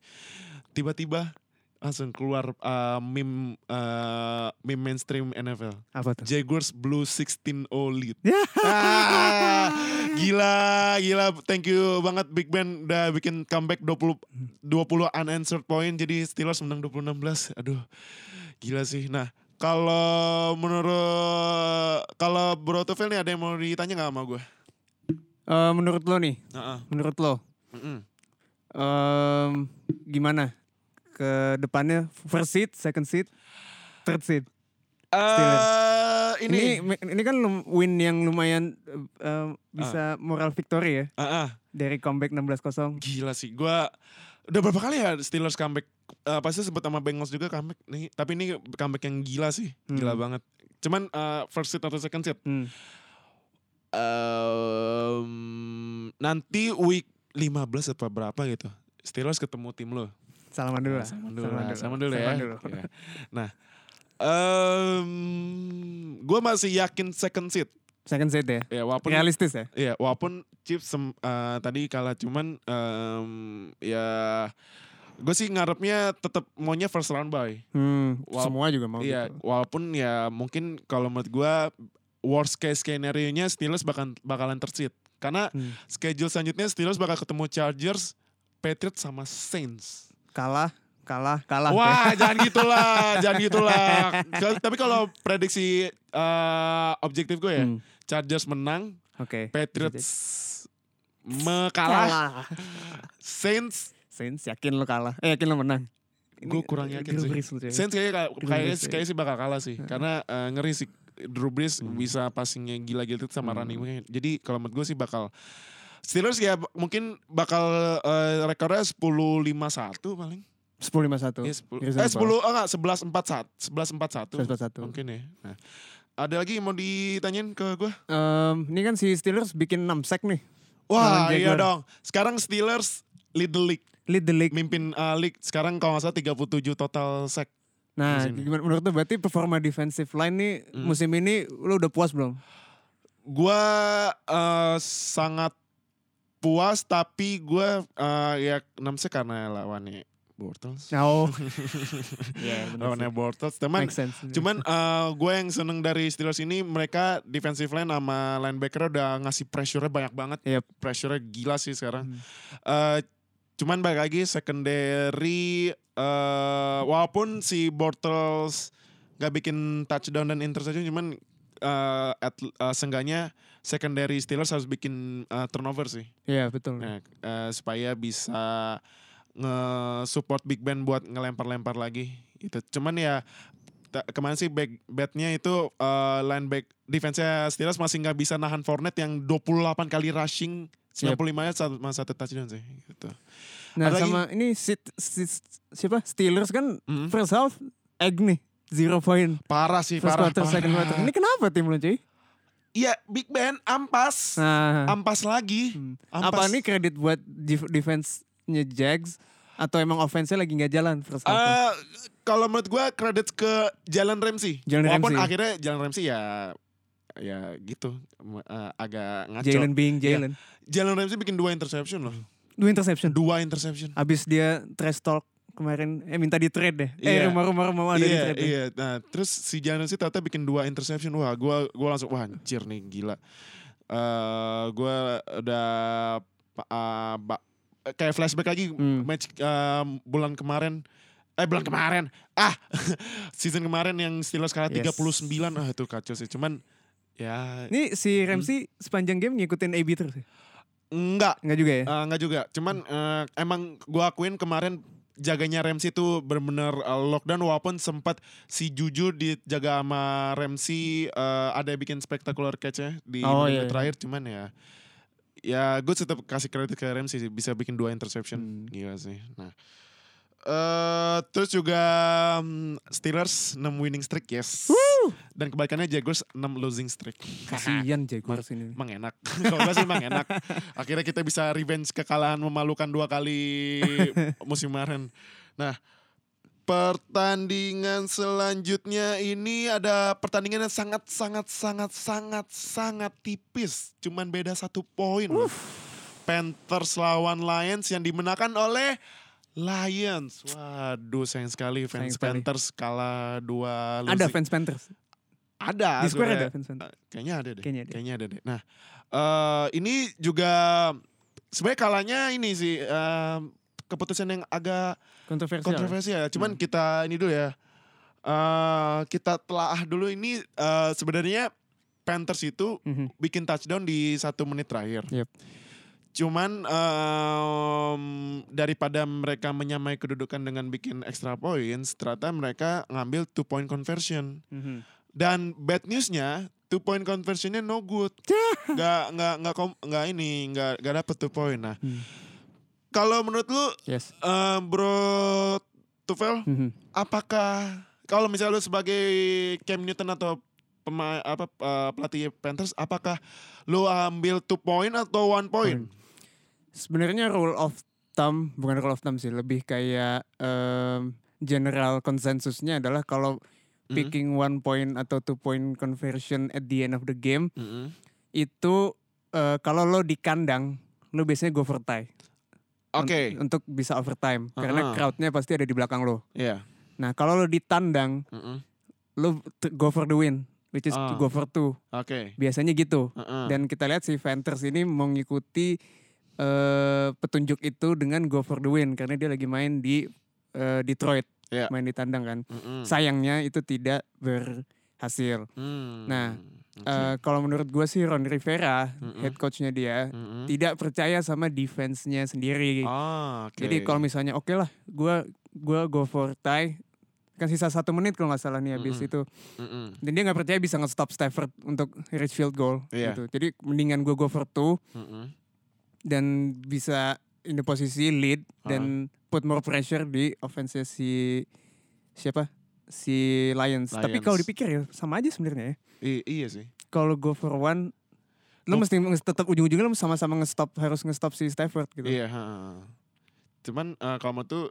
A: Tiba-tiba langsung keluar eh, meme eh, meme mainstream NFL.
B: Apa tuh?
A: Jaguars blew 16-0 lead.
B: Ya.
A: Ah, gila, gila. Thank you banget Big Ben udah bikin comeback 20 20 unanswered point jadi Steelers menang 2016. Aduh. Gila sih. Nah, kalau menurut kalau Bro Tufel nih ada yang mau ditanya nggak sama gue?
B: Eh, menurut lo nih,
A: Heeh.
B: menurut lo
A: Mm-mm.
B: em, gimana ke depannya first seat, second seat, third seat?
A: Eh, ini.
B: Ini ini kan lum- win yang lumayan eh, bisa moral victory ya
A: Ah, ah.
B: dari comeback 16-0.
A: Gila sih, gua udah berapa kali ya Steelers comeback. Eh, pasti sebut sama Bengals juga comeback nih. Tapi ini comeback yang gila sih, gila
B: Hmm.
A: banget. Cuman eh, first seat atau second seat.
B: Hmm.
A: Em, nanti week 15 apa berapa gitu. Steelers ketemu tim lo.
B: Salaman dulu lah.
A: Salaman dulu,
B: Salaman
A: lah,
B: dulu.
A: salaman dulu ya.
B: Salaman dulu.
A: Iya. Nah, em gue masih yakin second seat.
B: Second set ya.
A: Ya walaupun
B: Realistis ya.
A: ya walaupun Chiefs sem- eh, tadi kalah cuman em, ya gue sih ngarepnya tetap maunya first round bye.
B: Hmm,
A: Wal-
B: semua juga mau
A: Iya,
B: gitu.
A: walaupun ya mungkin kalau menurut gue worst case skenario-nya Steelers bakal bakalan tersit. Karena
B: Hmm.
A: schedule selanjutnya Steelers bakal ketemu Chargers, Patriots sama Saints.
B: Kalah, kalah, kalah.
A: Wah, jangan gitulah, jangan gitulah. Ka- Tapi kalau prediksi eh, objektif gue ya,
B: Hmm,
A: Chargers menang,
B: Oke.
A: Patriots mekalah, Saints
B: Saints yakin lo kalah. Eh yakin lo menang.
A: gue kurang yakin sih.
B: Iya.
A: Saints kayaknya kayak-
B: Drew
A: kayaknya
B: Brees, ya.
A: kayaknya sih bakal kalah sih, karena eh, ngeri sih. Drew Brees bisa passingnya gila-gila itu sama
B: Hmm.
A: running nya Jadi kalau menurut gue sih bakal Steelers ya b- mungkin bakal eh, rekornya 10-5-1 paling.
B: Iya, Sepuluh lima satu.
A: Ya, 10, eh 10
B: Reasonable.
A: ah, enggak 11-4-1, 11-4-1.
B: satu.
A: Mungkin ya. Nah. Ada lagi yang mau ditanyain ke gue?
B: ini kan si Steelers bikin 6 sack nih.
A: Wah
B: Lawan
A: iya
B: Jaguar.
A: dong. Sekarang Steelers lead the league.
B: Lead the league.
A: Mimpin uh, league. Sekarang kalau nggak salah 37 total sack.
B: Nah,
A: Musim ini.
B: gimana menurut lo berarti performa defensive line nih
A: Hmm.
B: musim ini lo udah puas belum?
A: Gue uh, sangat puas tapi gue uh, ya 6 sack karena lawannya Bortles.
B: Oh. Iya,
A: lawannya
B: benar.
A: Bortles. Cuman,
B: Make sense.
A: cuman gue yang seneng dari Steelers ini mereka defensive line sama linebacker udah ngasih pressure-nya banyak banget.
B: Yep.
A: Pressure-nya gila sih sekarang.
B: Hmm.
A: Eh, cuman balik lagi secondary eh, walaupun si Bortles gak bikin touchdown dan interception cuman eh, at- eh, seenggaknya secondary Steelers harus bikin eh, turnover sih
B: Iya, betul.
A: Nah, eh, supaya bisa nge-support Big Ben buat ngelempar-lempar lagi itu cuman ya ta- kemarin sih back bednya itu eh, line back defense-nya Steelers masih nggak bisa nahan Fournette yang 28 kali rushing 95 nya sama satu touchdown sih gitu.
B: Nah,
A: ada lagi?
B: sama ini si, si, siapa? Steelers kan
A: Mm.
B: first half egg nih. Zero point.
A: Parah sih,
B: First
A: parah.
B: quarter,
A: parah.
B: second quarter. Ini kenapa tim lo cuy?
A: Iya, Big Ben ampas.
B: Nah,
A: Ampas lagi.
B: Hmm.
A: Ampas.
B: Apa ini kredit buat def- defense-nya Jags atau emang offense-nya lagi nggak jalan first half?
A: Eh, kalau menurut gua kredit ke Jalan Ramsey.
B: Jalen
A: Walaupun
B: Ramsey.
A: akhirnya Jalan Ramsey ya ya gitu eh, agak ngaco. Jalen,
B: Jalen being Jalen.
A: Ramsey bikin dua interception loh.
B: Dua interception.
A: Dua interception.
B: Abis dia trash talk kemarin eh minta di trade deh. Eh
A: Iya.
B: rumah-rumah rumah ada di
A: Iya,
B: trade. deh.
A: iya. Nah, terus si Jalen Ramsey ternyata bikin dua interception. Wah, gua gua langsung wah anjir nih gila. Eh gua udah eh, ba- kayak flashback lagi
B: Hmm.
A: match eh, bulan kemarin eh bulan kemarin ah season kemarin yang Steelers kalah
B: Yes.
A: 39 ah itu kacau sih cuman ya
B: Ini si Ramsey sepanjang game ngikutin AB terus ya?
A: enggak
B: Enggak juga ya?
A: eh, enggak juga cuman eh, emang gua akuin kemarin jaganya Ramsey itu benar-benar eh, lockdown walaupun sempat si Juju dijaga sama Ramsey eh, ada yang bikin spektakuler catch-nya di menit
B: Oh, iya, iya.
A: terakhir cuman ya ya gue tetap kasih kredit ke Ramsey sih bisa bikin dua interception
B: Hmm.
A: Gila sih. Nah. eh terus juga mm, Steelers 6 winning streak, yes. Dan kebalikannya Jaguars 6 losing streak.
B: Kasihan Jaguars ini.
A: Emang enak. Kalau gue sih emang enak. Akhirnya kita bisa revenge kekalahan memalukan dua kali musim kemarin. Nah, pertandingan selanjutnya ini ada pertandingan yang sangat sangat sangat sangat sangat tipis. Cuman beda satu poin. loh. Panthers lawan Lions yang dimenangkan oleh Lions. Waduh sayang sekali fans
B: Sayang sekali.
A: Panthers kalah dua
B: Ada
A: losing-
B: fans Panthers.
A: Ada.
B: Di square
A: sebenarnya.
B: ada fans Panthers.
A: Eh, Kayaknya ada deh.
B: Kayaknya ada.
A: deh. Nah, eh, ini juga sebenarnya kalanya ini sih eh, keputusan yang agak
B: Kontroversial. Hmm.
A: kontroversial. ya. Cuman kita ini dulu ya. eh, kita telaah dulu ini eh, sebenarnya Panthers itu
B: Mhm.
A: bikin touchdown di satu menit terakhir.
B: Yep.
A: Cuman em, daripada mereka menyamai kedudukan dengan bikin extra points, ternyata mereka ngambil two point conversion.
B: Mhm.
A: Dan bad newsnya two point conversionnya no good. Gak nggak nggak kom- nggak ini nggak nggak dapet two point. Nah
B: Hmm.
A: kalau menurut lu
B: Yes.
A: eh, bro Tufel
B: Mhm.
A: apakah kalau misalnya lu sebagai Cam Newton atau pema- apa eh, pelatih Panthers apakah lu ambil two point atau one point?
B: Sebenarnya rule of thumb bukan rule of thumb sih, lebih kayak em, general konsensusnya adalah kalau picking one point atau two point conversion at the end of the game
A: Mm-mm.
B: itu eh, kalau lo di kandang lo biasanya go for tie
A: Oke,
B: Unt- untuk bisa overtime karena
A: Uh-uh.
B: crowdnya pasti ada di belakang lo.
A: ya.
B: Nah kalau lo di tandang
A: Mm-mm.
B: lo t- go for the win which is
A: Ah.
B: go for two
A: Oke.
B: biasanya gitu.
A: Heeh.
B: Dan kita lihat si Venters ini mengikuti eh, petunjuk itu dengan go for the win karena dia lagi main di eh, Detroit,
A: Iya.
B: main di tandang kan.
A: Mm-mm.
B: Sayangnya itu tidak berhasil.
A: Hmm.
B: Nah,
A: Oke.
B: Eh, kalau menurut gue sih Ron Rivera,
A: Mm-mm.
B: head coachnya dia,
A: Mm-mm.
B: tidak percaya sama defense-nya sendiri.
A: Ah, oke.
B: Jadi kalau misalnya oke lah, gue gua go for tie, kan sisa satu menit kalau nggak salah nih habis
A: Mm-mm.
B: itu.
A: Mm-mm.
B: Dan dia nggak percaya bisa nge-stop Stafford untuk reach field goal.
A: Iya.
B: Gitu. Jadi mendingan gue go for two,
A: Mm-mm.
B: dan bisa in the posisi lead
A: Ah.
B: dan put more pressure di offense si siapa si Lions.
A: Lions.
B: Tapi kalau dipikir ya sama aja sebenarnya ya.
A: I- iya sih.
B: Kalau go for one
A: Go-
B: lo mesti nge- tetap ujung-ujungnya lo sama-sama ngestop harus ngestop si Stafford gitu.
A: Iya, ha, ha, ha. Cuman eh, kamu tuh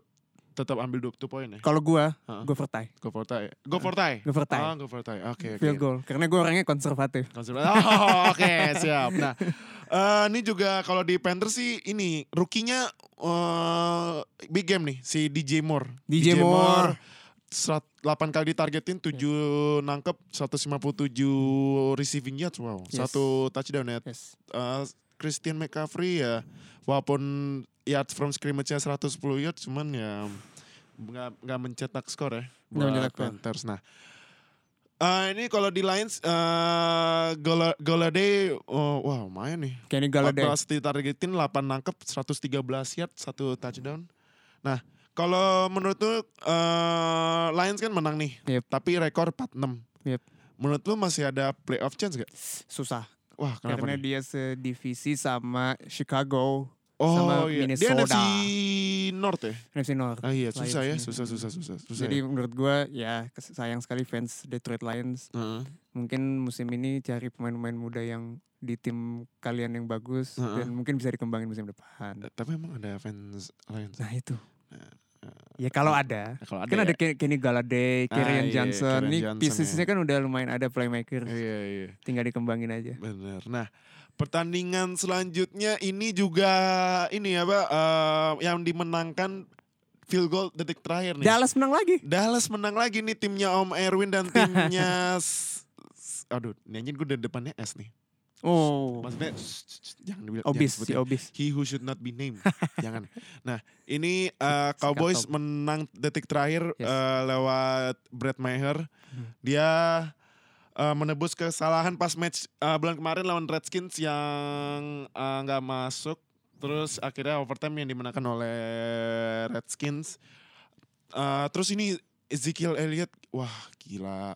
A: tetap ambil dua two point ya.
B: Kalau gua
A: Ha.
B: go for tie,
A: Go for tie. Go for tie.
B: go for tie.
A: Ah, go for tie. Oke,
B: Field
A: oke.
B: goal karena gua orangnya konservatif.
A: Konsul- Oh, oke, siap. Nah, eh, ini juga kalau di Panthers sih ini rukinya eh big game nih si DJ Moore. Iya.
B: DJ Moore.
A: 8 kali ditargetin 7 nangkep 157 receiving yards wow
B: Yes.
A: satu touchdown ya
B: Yes.
A: Eh, Christian McCaffrey ya walaupun yards from scrimmage-nya 110 yards cuman ya nggak nggak mencetak skor ya
B: Nggak
A: buat
B: mencetak skor.
A: Panthers. Nah eh, ini kalau di Lions eh Gola- Goladay oh, wah lumayan nih.
B: Kenny Galladay.
A: 14 ditargetin 8 nangkep 113 yard satu touchdown. Nah kalau menurut lu eh, Lions kan menang nih
B: Yep.
A: tapi rekor 4-6.
B: Yep.
A: Menurut lu masih ada playoff chance gak?
B: Susah
A: Wah kenapa nih?
B: karena dia sedivisi sama Chicago,
A: Oh
B: sama
A: iya,
B: Minnesota.
A: dia NFC North ya?
B: NFC North.
A: Ah iya, susah ya,
B: Lions ini.
A: susah, susah, susah, susah. ya.
B: Jadi menurut gue ya kes- sayang sekali fans Detroit Lions.
A: Heeh.
B: Mungkin musim ini cari pemain-pemain muda yang di tim kalian yang bagus
A: Heeh.
B: dan mungkin bisa dikembangin musim depan.
A: Eh, Tapi emang ada fans Lions?
B: Nah itu. Ya kalau ada.
A: Nah, kalau
B: Kan ada Ken- Kenny Galladay,
A: Ah,
B: Kerryon
A: iya,
B: Johnson.
A: Kerryon
B: Nih
A: Johnson,
B: piecesnya
A: ya.
B: kan udah lumayan ada playmaker.
A: Iya, iya.
B: Tinggal dikembangin aja.
A: Bener. Nah, pertandingan selanjutnya ini juga ini apa eh, yang dimenangkan field goal detik terakhir nih.
B: Dallas menang lagi.
A: Dallas menang lagi nih timnya Om Erwin dan timnya s- s- Aduh, nyanyiin gue dari depannya S nih.
B: Oh.
A: Maksudnya s- s- s- jangan dibilang jangan
B: Obis,
A: disebutin.
B: si obis.
A: He who should not be named. Jangan. Nah, ini uh, Cowboys
B: Top.
A: menang detik terakhir
B: Yes.
A: uh, lewat Brett Maher.
B: Hmm.
A: Dia uh, menebus kesalahan pas match uh, bulan kemarin lawan Redskins yang uh, nggak masuk. Terus akhirnya overtime yang dimenangkan oleh Redskins. Uh, terus ini Ezekiel Elliott, wah gila.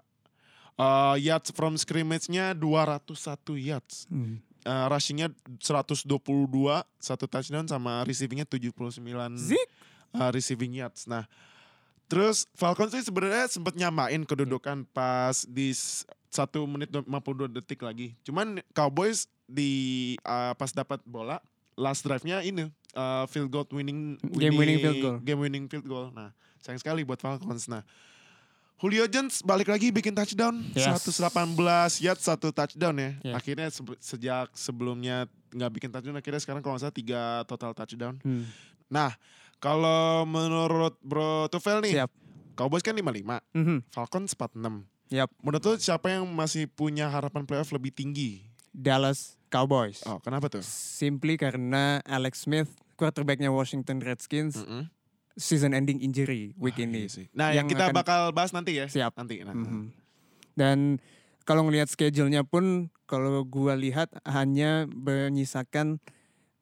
A: Uh, yards from scrimmage-nya 201 yards
B: Hmm.
A: eh rushingnya 122 satu touchdown sama receivingnya 79
B: Zik.
A: eh, receiving yards nah terus Falcons sih sebenarnya sempat nyamain kedudukan pas di s- 1 menit 52 detik lagi cuman Cowboys di eh, pas dapat bola last drive-nya ini eh, field goal winning,
B: Game winning field goal.
A: game winning field goal nah sayang sekali buat Falcons nah Julio Jones balik lagi bikin touchdown
B: Yes.
A: 118 yard satu touchdown ya.
B: Iya.
A: Akhirnya sebe- sejak sebelumnya nggak bikin touchdown akhirnya sekarang kalau nggak salah tiga total touchdown.
B: Hmm.
A: Nah kalau menurut Bro Tufel nih,
B: Siap.
A: Cowboys kan 55,
B: Mhm.
A: Falcons 46.
B: Yap.
A: Menurut lo siapa yang masih punya harapan playoff lebih tinggi?
B: Dallas Cowboys.
A: Oh kenapa tuh?
B: Simply karena Alex Smith quarterbacknya Washington Redskins
A: Mm-mm.
B: season ending injury week
A: Hmm. Wah,
B: ini.
A: iya sih. Nah yang,
B: Yang
A: kita
B: akan-
A: bakal bahas nanti ya.
B: Siap.
A: Nanti. Nah.
B: Mhm. Dan kalau ngelihat schedule-nya pun kalau gua lihat hanya menyisakan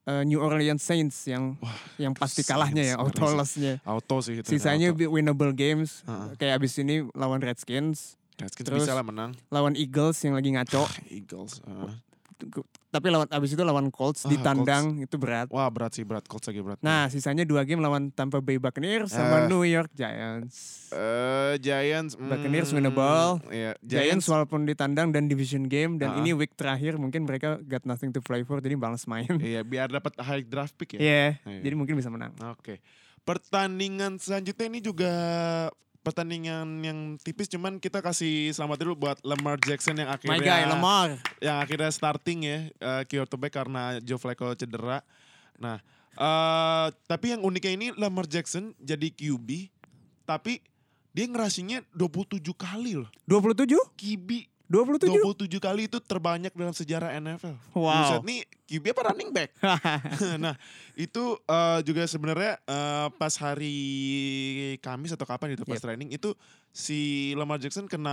B: eh, New Orleans Saints yang
A: Wah,
B: yang pasti
A: Saints
B: kalahnya ya
A: ngeri sih.
B: auto loss-nya.
A: Auto sih itu.
B: Sisanya
A: auto.
B: bi- winnable games
A: Heeh.
B: kayak abis ini lawan Redskins,
A: Redskins
B: Terus-
A: Ya, bisa lah menang.
B: lawan Eagles yang lagi ngaco.
A: Eagles. uh.
B: Tapi lawan abis itu lawan Colts
A: Ah,
B: di tandang itu berat.
A: Wah berat sih berat Colts lagi berat.
B: Nah, sisanya dua game lawan Tampa Bay Buccaneers sama
A: Eh.
B: New York Giants.
A: Eh, Giants. mm,
B: Buccaneers win the ball.
A: Iya,
B: Giants, walaupun di tandang dan division game dan
A: Ah.
B: ini week terakhir mungkin mereka got nothing to play for jadi balas main.
A: Iya, biar dapat high draft pick ya.
B: Iya,
A: Iya.
B: jadi mungkin bisa menang.
A: Oke. Pertandingan selanjutnya ini juga pertandingan yang tipis cuman kita kasih selamat dulu buat Lamar Jackson yang akhirnya
B: My guy Lamar.
A: yang akhirnya starting ya eh, quarterback karena Joe Flacco cedera. Nah, eh tapi yang uniknya ini Lamar Jackson jadi QB tapi dia ngerasinya 27 kali loh.
B: 27?
A: QB
B: 27?
A: 27 kali itu terbanyak dalam sejarah NFL.
B: Wow.
A: Buset nih QB apa running back? nah, itu eh, juga sebenarnya eh, pas hari Kamis atau kapan itu pas
B: Yep.
A: training itu si Lamar Jackson kena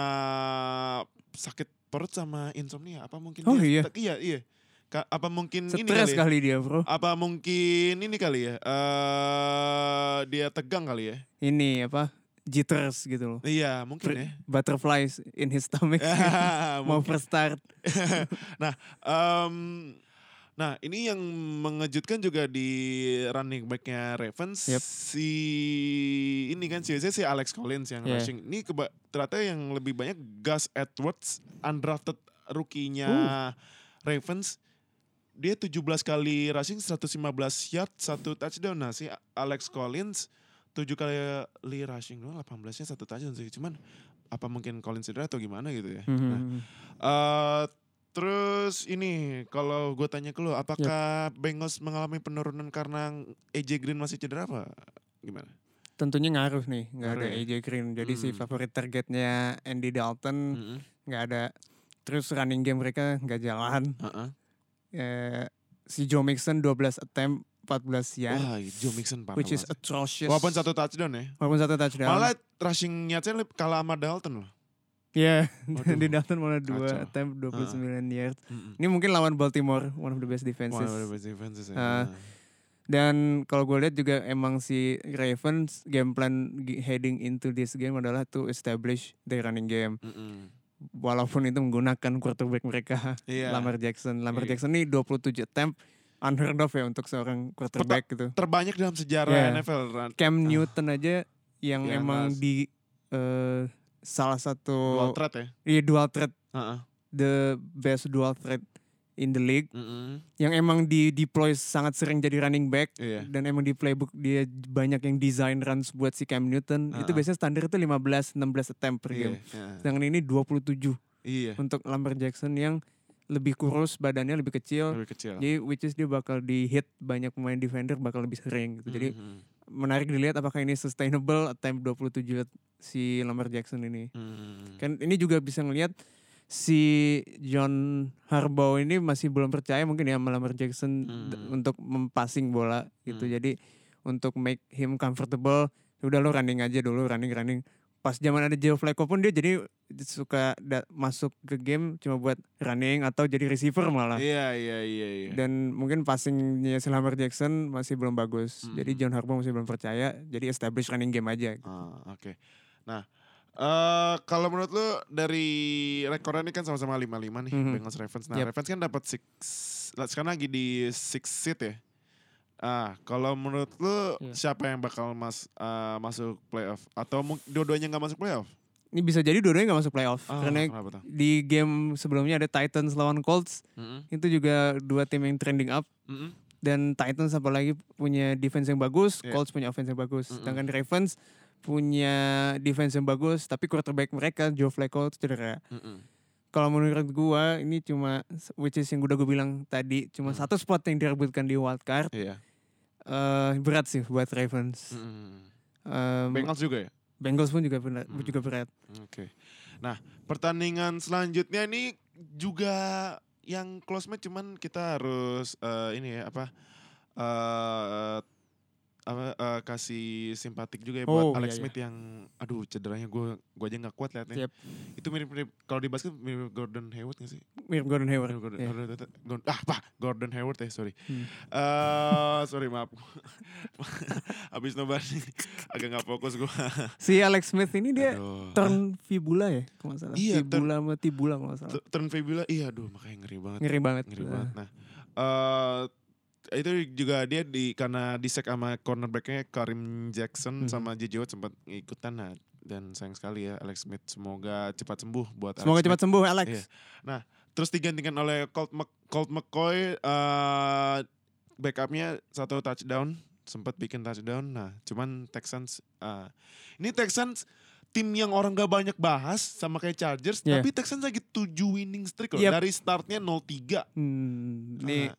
A: sakit perut sama insomnia apa mungkin
B: Oh,
A: dia- iya
B: iya.
A: iya. Ka- apa mungkin ini kali
B: Stres
A: ya?
B: kali dia, Bro.
A: Apa mungkin ini kali ya? Eh dia tegang kali ya?
B: Ini apa? Jitters gitu loh.
A: Iya, mungkin ya.
B: Butterflies in his stomach. Mau
A: Mungkin.
B: first start.
A: Em, nah ini yang mengejutkan juga di running backnya Ravens
B: Yep.
A: si ini kan si si Alex Collins yang
B: Yeah.
A: rushing ini keba- ternyata yang lebih banyak Gus Edwards undrafted rookie-nya Ravens dia 17 kali rushing 115 yard satu touchdown nah si Alex Collins 7 kali rushing doang 18-nya satu touchdown sih cuman apa mungkin Collins cedera atau gimana gitu ya
B: Mhm.
A: Nah, Eh terus ini kalau gue tanya ke lo, apakah Bengals mengalami penurunan karena AJ Green masih cedera apa? Gimana?
B: Tentunya ngaruh nih, nggak ada
A: Ngaruh ya?
B: AJ Green. Jadi si
A: Hmm.
B: favorit targetnya Andy Dalton
A: Mm-mm.
B: nggak ada. Terus running game mereka nggak jalan.
A: Uh-uh.
B: Eh, si Joe Mixon 12 attempt 14 ya,
A: Wah, iya, Joe Mixon parah
B: which is
A: banget.
B: atrocious.
A: Walaupun satu touchdown ya.
B: Walaupun satu touchdown.
A: Malah rushing yardnya lebih- kalah sama Dalton loh.
B: Iya,
A: Waduh.
B: Andy Dalton malah 2
A: Kacau. Ah.
B: attempt 29 yard.
A: Mm-mm.
B: Ini mungkin lawan Baltimore, one of the best
A: Wah,
B: defenses.
A: waduh, best defenses ya.
B: Ah. Dan kalau gue lihat juga emang si Ravens game plan gi- heading into this game adalah to establish their running game.
A: Mm-mm.
B: Walaupun itu menggunakan quarterback mereka,
A: Iya.
B: Lamar Jackson. Lamar
A: Iya.
B: Jackson ini 27 attempt unheard of ya untuk seorang quarterback gitu.
A: Terbanyak dalam sejarah
B: Iya.
A: NFL. run-
B: Cam Newton aja yang
A: Di
B: emang
A: atas.
B: di eh, salah satu
A: Dual threat ya.
B: iya, dual threat
A: Uh-uh.
B: the best dual threat in the league
A: Mm-mm.
B: yang emang di deploy sangat sering jadi running back
A: Iya.
B: dan emang di playbook dia banyak yang design runs buat si Cam Newton itu
A: Ah.
B: biasanya standar itu 15 16 attempt per
A: Iya.
B: game. Sedangkan ini 27
A: Iya.
B: untuk Lamar Jackson yang lebih kurus badannya lebih kecil.
A: Lebih kecil.
B: Jadi which is dia bakal di hit banyak pemain defender bakal lebih sering gitu. Jadi
A: Mm-mm.
B: menarik dilihat apakah ini sustainable attempt 27 si Lamar Jackson ini.
A: Hmm. Mm-mm.
B: Kan ini juga bisa ngelihat si John Harbaugh ini masih belum percaya mungkin ya sama Lamar Jackson d-
A: Hmm.
B: untuk mempassing bola gitu. Jadi untuk make him comfortable, ya udah lo running aja dulu running running. Pas zaman ada Joe Flacco pun dia jadi suka da- masuk ke game cuma buat running atau jadi receiver malah.
A: Iya, iya, iya, iya.
B: Dan mungkin passingnya si Lamar Jackson masih belum bagus. Jadi
A: Hmm.
B: John Harbaugh masih belum percaya. Jadi establish running game aja.
A: Ah, oke. Nah, eh kalau menurut lu dari rekornya ini kan sama-sama 55 nih,
B: Mhm.
A: Bengals Ravens. Nah,
B: Yep.
A: Ravens kan dapat six lah, sekarang lagi di six seat ya. Ah, kalau menurut lu
B: Iya.
A: siapa yang bakal mas eh, masuk playoff atau mung- dua-duanya nggak masuk playoff?
B: Ini bisa jadi dua-duanya nggak masuk playoff
A: Ah,
B: karena
A: kenapa tuh?
B: di game sebelumnya ada Titans lawan Colts
A: Mm-mm.
B: itu juga dua tim yang trending up
A: Mm-mm.
B: dan Titans apalagi punya defense yang bagus,
A: Iya.
B: Colts punya offense yang bagus.
A: Mm-mm.
B: Sedangkan Ravens punya defense yang bagus tapi quarterback mereka Joe Flacco itu cedera.
A: Mm-mm.
B: Kalau menurut gua ini cuma which is yang udah gua bilang tadi cuma
A: Mm.
B: satu spot yang direbutkan di wild card.
A: Iya.
B: Eh, berat sih buat Ravens.
A: Mm-mm.
B: Em,
A: Hmm. Bengals juga ya.
B: Bengals pun juga berat,
A: Mm.
B: juga berat.
A: Oke. Nah, pertandingan selanjutnya ini juga yang close match cuman kita harus eh, ini ya apa eh, apa eh, kasih simpatik juga ya
B: Oh,
A: buat Alex
B: iya, iya.
A: Smith yang aduh cederanya gue gue aja nggak kuat liatnya.
B: Yep.
A: Itu mirip-mirip kalau di basket mirip Gordon Hayward gak sih?
B: Mirip Gordon Hayward.
A: Gordon, Gordon,
B: Iya.
A: Gordon- Gordon- ah, bah, Gordon Hayward ya, sorry. Eh,
B: Hmm.
A: sorry maaf. Habis nobar nih, agak nggak fokus gue.
B: Si Alex Smith ini dia
A: Aduh.
B: turn fibula ya, kalau nggak salah.
A: Iya, turn-
B: fibula sama tibula kalau nggak salah.
A: T- Turn fibula, iya aduh makanya ngeri banget.
B: Ngeri banget.
A: Ngeri banget. Nah, eh, itu juga dia di karena disek sama cornerbacknya Karim Jackson
B: Mhm.
A: sama JJ Watt sempat ikutan nah, dan sayang sekali ya Alex Smith semoga cepat sembuh buat
B: Semoga
A: Alex
B: cepat sembuh Alex.
A: Iya. Terus digantikan oleh Colt, Mc- Colt McCoy eh backupnya satu touchdown sempat bikin touchdown. Nah, cuman Texans eh, ini Texans tim yang orang gak banyak bahas sama kayak Chargers,
B: Iya.
A: tapi Texans lagi 7 winning streak loh.
B: Yep.
A: Dari startnya 0-3.
B: Hmm, ini
A: Ah,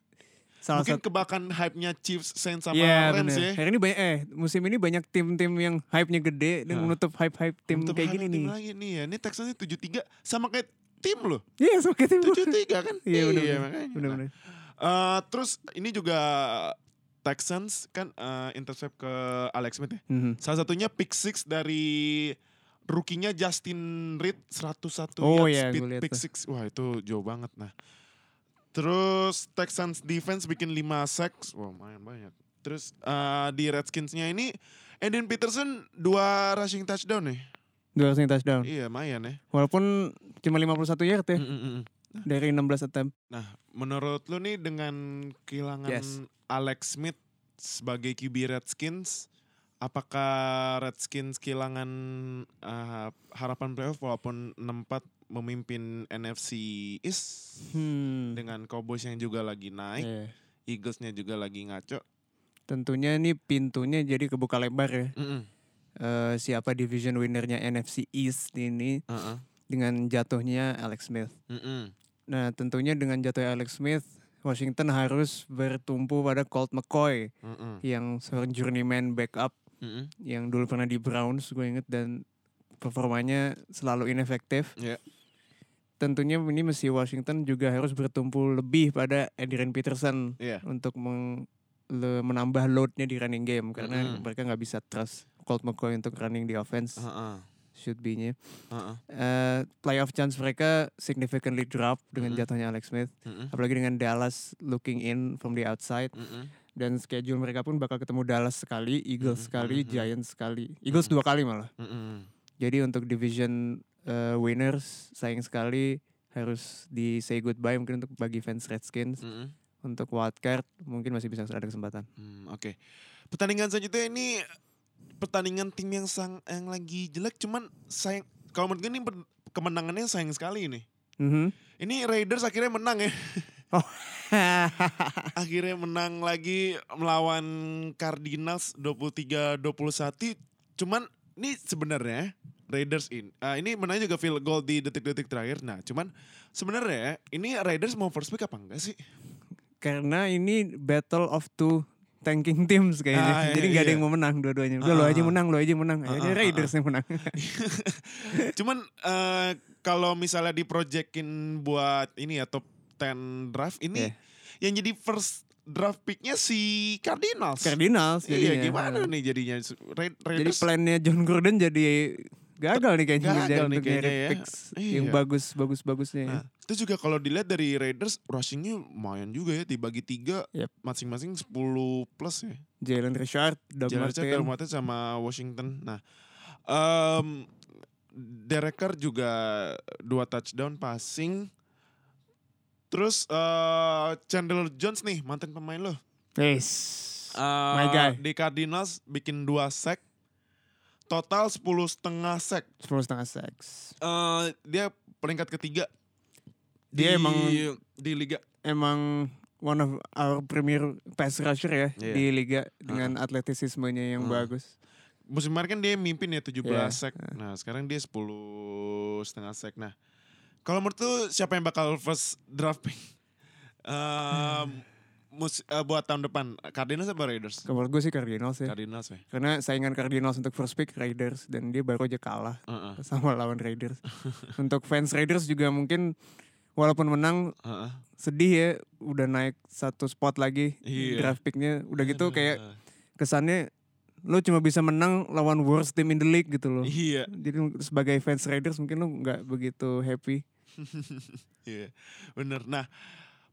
B: salah
A: mungkin
B: satu
A: kebakan hype-nya Chiefs, Saints sama
B: Iya,
A: Rams
B: bener.
A: ya.
B: Hari ini banyak eh musim ini banyak tim-tim yang hype-nya gede dan
A: Hah.
B: menutup hype-hype tim
A: Untuk
B: kayak
A: hype
B: gini
A: Nah. tim
B: nih.
A: Lagi nih ya. Ini Texansnya 73 sama kayak tim loh.
B: Iya, sama kayak tim.
A: 73 kan?
B: Iya, bener, bener.
A: makanya. Nah,
B: Bener-bener.
A: Eh, terus ini juga Texans kan eh, intercept ke Alex Smith ya.
B: Mhm.
A: Salah satunya pick six dari rookie-nya Justin Reed 101
B: Oh
A: yards
B: iya,
A: speed
B: gua liat
A: pick
B: tuh.
A: six. Wah, itu jauh banget nah. Terus Texans defense bikin 5 sack. Wah, lumayan banyak. Terus eh, di Redskins-nya ini Eden Peterson dua rushing touchdown nih.
B: Dua rushing touchdown.
A: Iya, lumayan ya.
B: Walaupun cuma 51 yard ya
A: Mm, mm, mm.
B: dari 16 attempt.
A: Nah, menurut lu nih dengan kehilangan
B: Yes.
A: Alex Smith sebagai QB Redskins, apakah Redskins kehilangan eh, harapan playoff walaupun 64 memimpin NFC East
B: Hmm.
A: dengan Cowboys yang juga lagi naik,
B: Iya.
A: Eaglesnya juga lagi ngaco.
B: Tentunya ini pintunya jadi kebuka lebar ya.
A: Mm-mm.
B: Eh, siapa division winnernya NFC East ini
A: Uh-uh. Mm,
B: dengan jatuhnya Alex Smith.
A: Mm-mm.
B: Nah tentunya dengan jatuhnya Alex Smith, Washington harus bertumpu pada Colt McCoy
A: Mm-mm.
B: yang seorang journeyman backup
A: Mm-mm.
B: yang dulu pernah di Browns gue inget dan performanya selalu inefektif.
A: Iya.
B: Tentunya ini mesti Washington juga harus bertumpu lebih pada Adrian Peterson
A: Iya.
B: untuk meng- le- menambah loadnya di running game karena
A: Mm-mm.
B: mereka nggak bisa trust Colt McCoy untuk running di offense
A: Uh-uh.
B: should be-nya.
A: Uh-uh.
B: Eh, playoff chance mereka significantly drop dengan
A: Mm-mm.
B: jatuhnya Alex Smith,
A: Mm-mm.
B: apalagi dengan Dallas looking in from the outside
A: Mm-mm.
B: dan schedule mereka pun bakal ketemu Dallas sekali, Eagles
A: Mm-mm,
B: sekali,
A: mm-mm.
B: Giants sekali. Eagles
A: Mm-mm.
B: dua kali malah.
A: Mm-mm.
B: Jadi untuk division eh, winners sayang sekali harus di say goodbye mungkin untuk bagi fans Redskins
A: Mm-mm.
B: untuk wildcard mungkin masih bisa ada kesempatan.
A: Hmm, oke. Pertandingan selanjutnya ini pertandingan tim yang sang yang lagi jelek cuman sayang kalau menurut gue ini per- kemenangannya sayang sekali ini.
B: Mhm.
A: Ini Raiders akhirnya menang ya.
B: Oh. Hahaha.
A: Akhirnya menang lagi melawan Cardinals 23-21. Cuman ini sebenarnya Raiders in. ah, ini menangnya juga field goal di detik-detik terakhir. Nah, cuman sebenarnya ini Raiders mau first pick apa enggak sih?
B: Karena ini battle of two tanking teams kayaknya.
A: Ah, iya,
B: Jadi nggak ada
A: iya.
B: yang mau menang dua-duanya. Udah
A: Ah,
B: lo
A: ah,
B: aja
A: ah.
B: menang, lo aja menang.
A: Ah,
B: Akhirnya
A: ah, ah,
B: Raiders yang menang.
A: Cuman eh, kalau misalnya diprojekin buat ini ya top 10 draft ini
B: Iya.
A: yang jadi first draft picknya si Cardinals.
B: Cardinals
A: Iya
B: jadinya.
A: gimana nih jadinya Ra-
B: Jadi
A: Raiders
B: plannya John Gordon jadi gagal nih kayaknya
A: Gagal
B: ngejar
A: nih
B: untuk nyari
A: kayaknya ya.
B: picks yang
A: Iya.
B: bagus bagus bagusnya. ya.
A: Nah, itu juga kalau dilihat dari Raiders rushingnya lumayan juga ya dibagi tiga
B: Yep.
A: masing-masing 10 plus ya.
B: Jalen Richard, Doug
A: Jalen
B: Martin.
A: Richard, Daryl Martin sama Washington. Nah, em Derek Carr juga dua touchdown passing. Terus eh, Chandler Jones nih mantan pemain lo.
B: Yes.
A: Eh,
B: My guy.
A: Di Cardinals bikin dua sack. Total 10 setengah sack.
B: Sepuluh setengah seks.
A: Eh, dia peringkat ketiga. di-
B: Dia emang-
A: di liga.
B: Emang one of our premier pass rusher ya
A: Iya. Ah.
B: di liga dengan atletisismenya yang
A: Hmm.
B: bagus.
A: Musim kemarin kan dia mimpin ya 17
B: Iya,
A: sack. Nah, sekarang dia 10 setengah sack. Nah, kalau menurut tuh siapa yang bakal first draft pick? Ehm, mus- eh, buat tahun depan Cardinals apa Raiders?
B: Kabar gue sih Cardinals ya.
A: Cardinals ya.
B: Karena saingan Cardinals untuk first pick Raiders dan dia baru aja kalah
A: Heeh,
B: sama lawan Raiders. untuk fans Raiders juga mungkin walaupun menang
A: heeh.
B: sedih ya udah naik satu spot lagi
A: Iya.
B: draft picknya udah gitu kayak gitu kesannya lu cuma bisa menang lawan worst team in the league gitu loh.
A: Iya.
B: Jadi sebagai fans Raiders mungkin lu nggak begitu happy.
A: Iya, bener. Nah,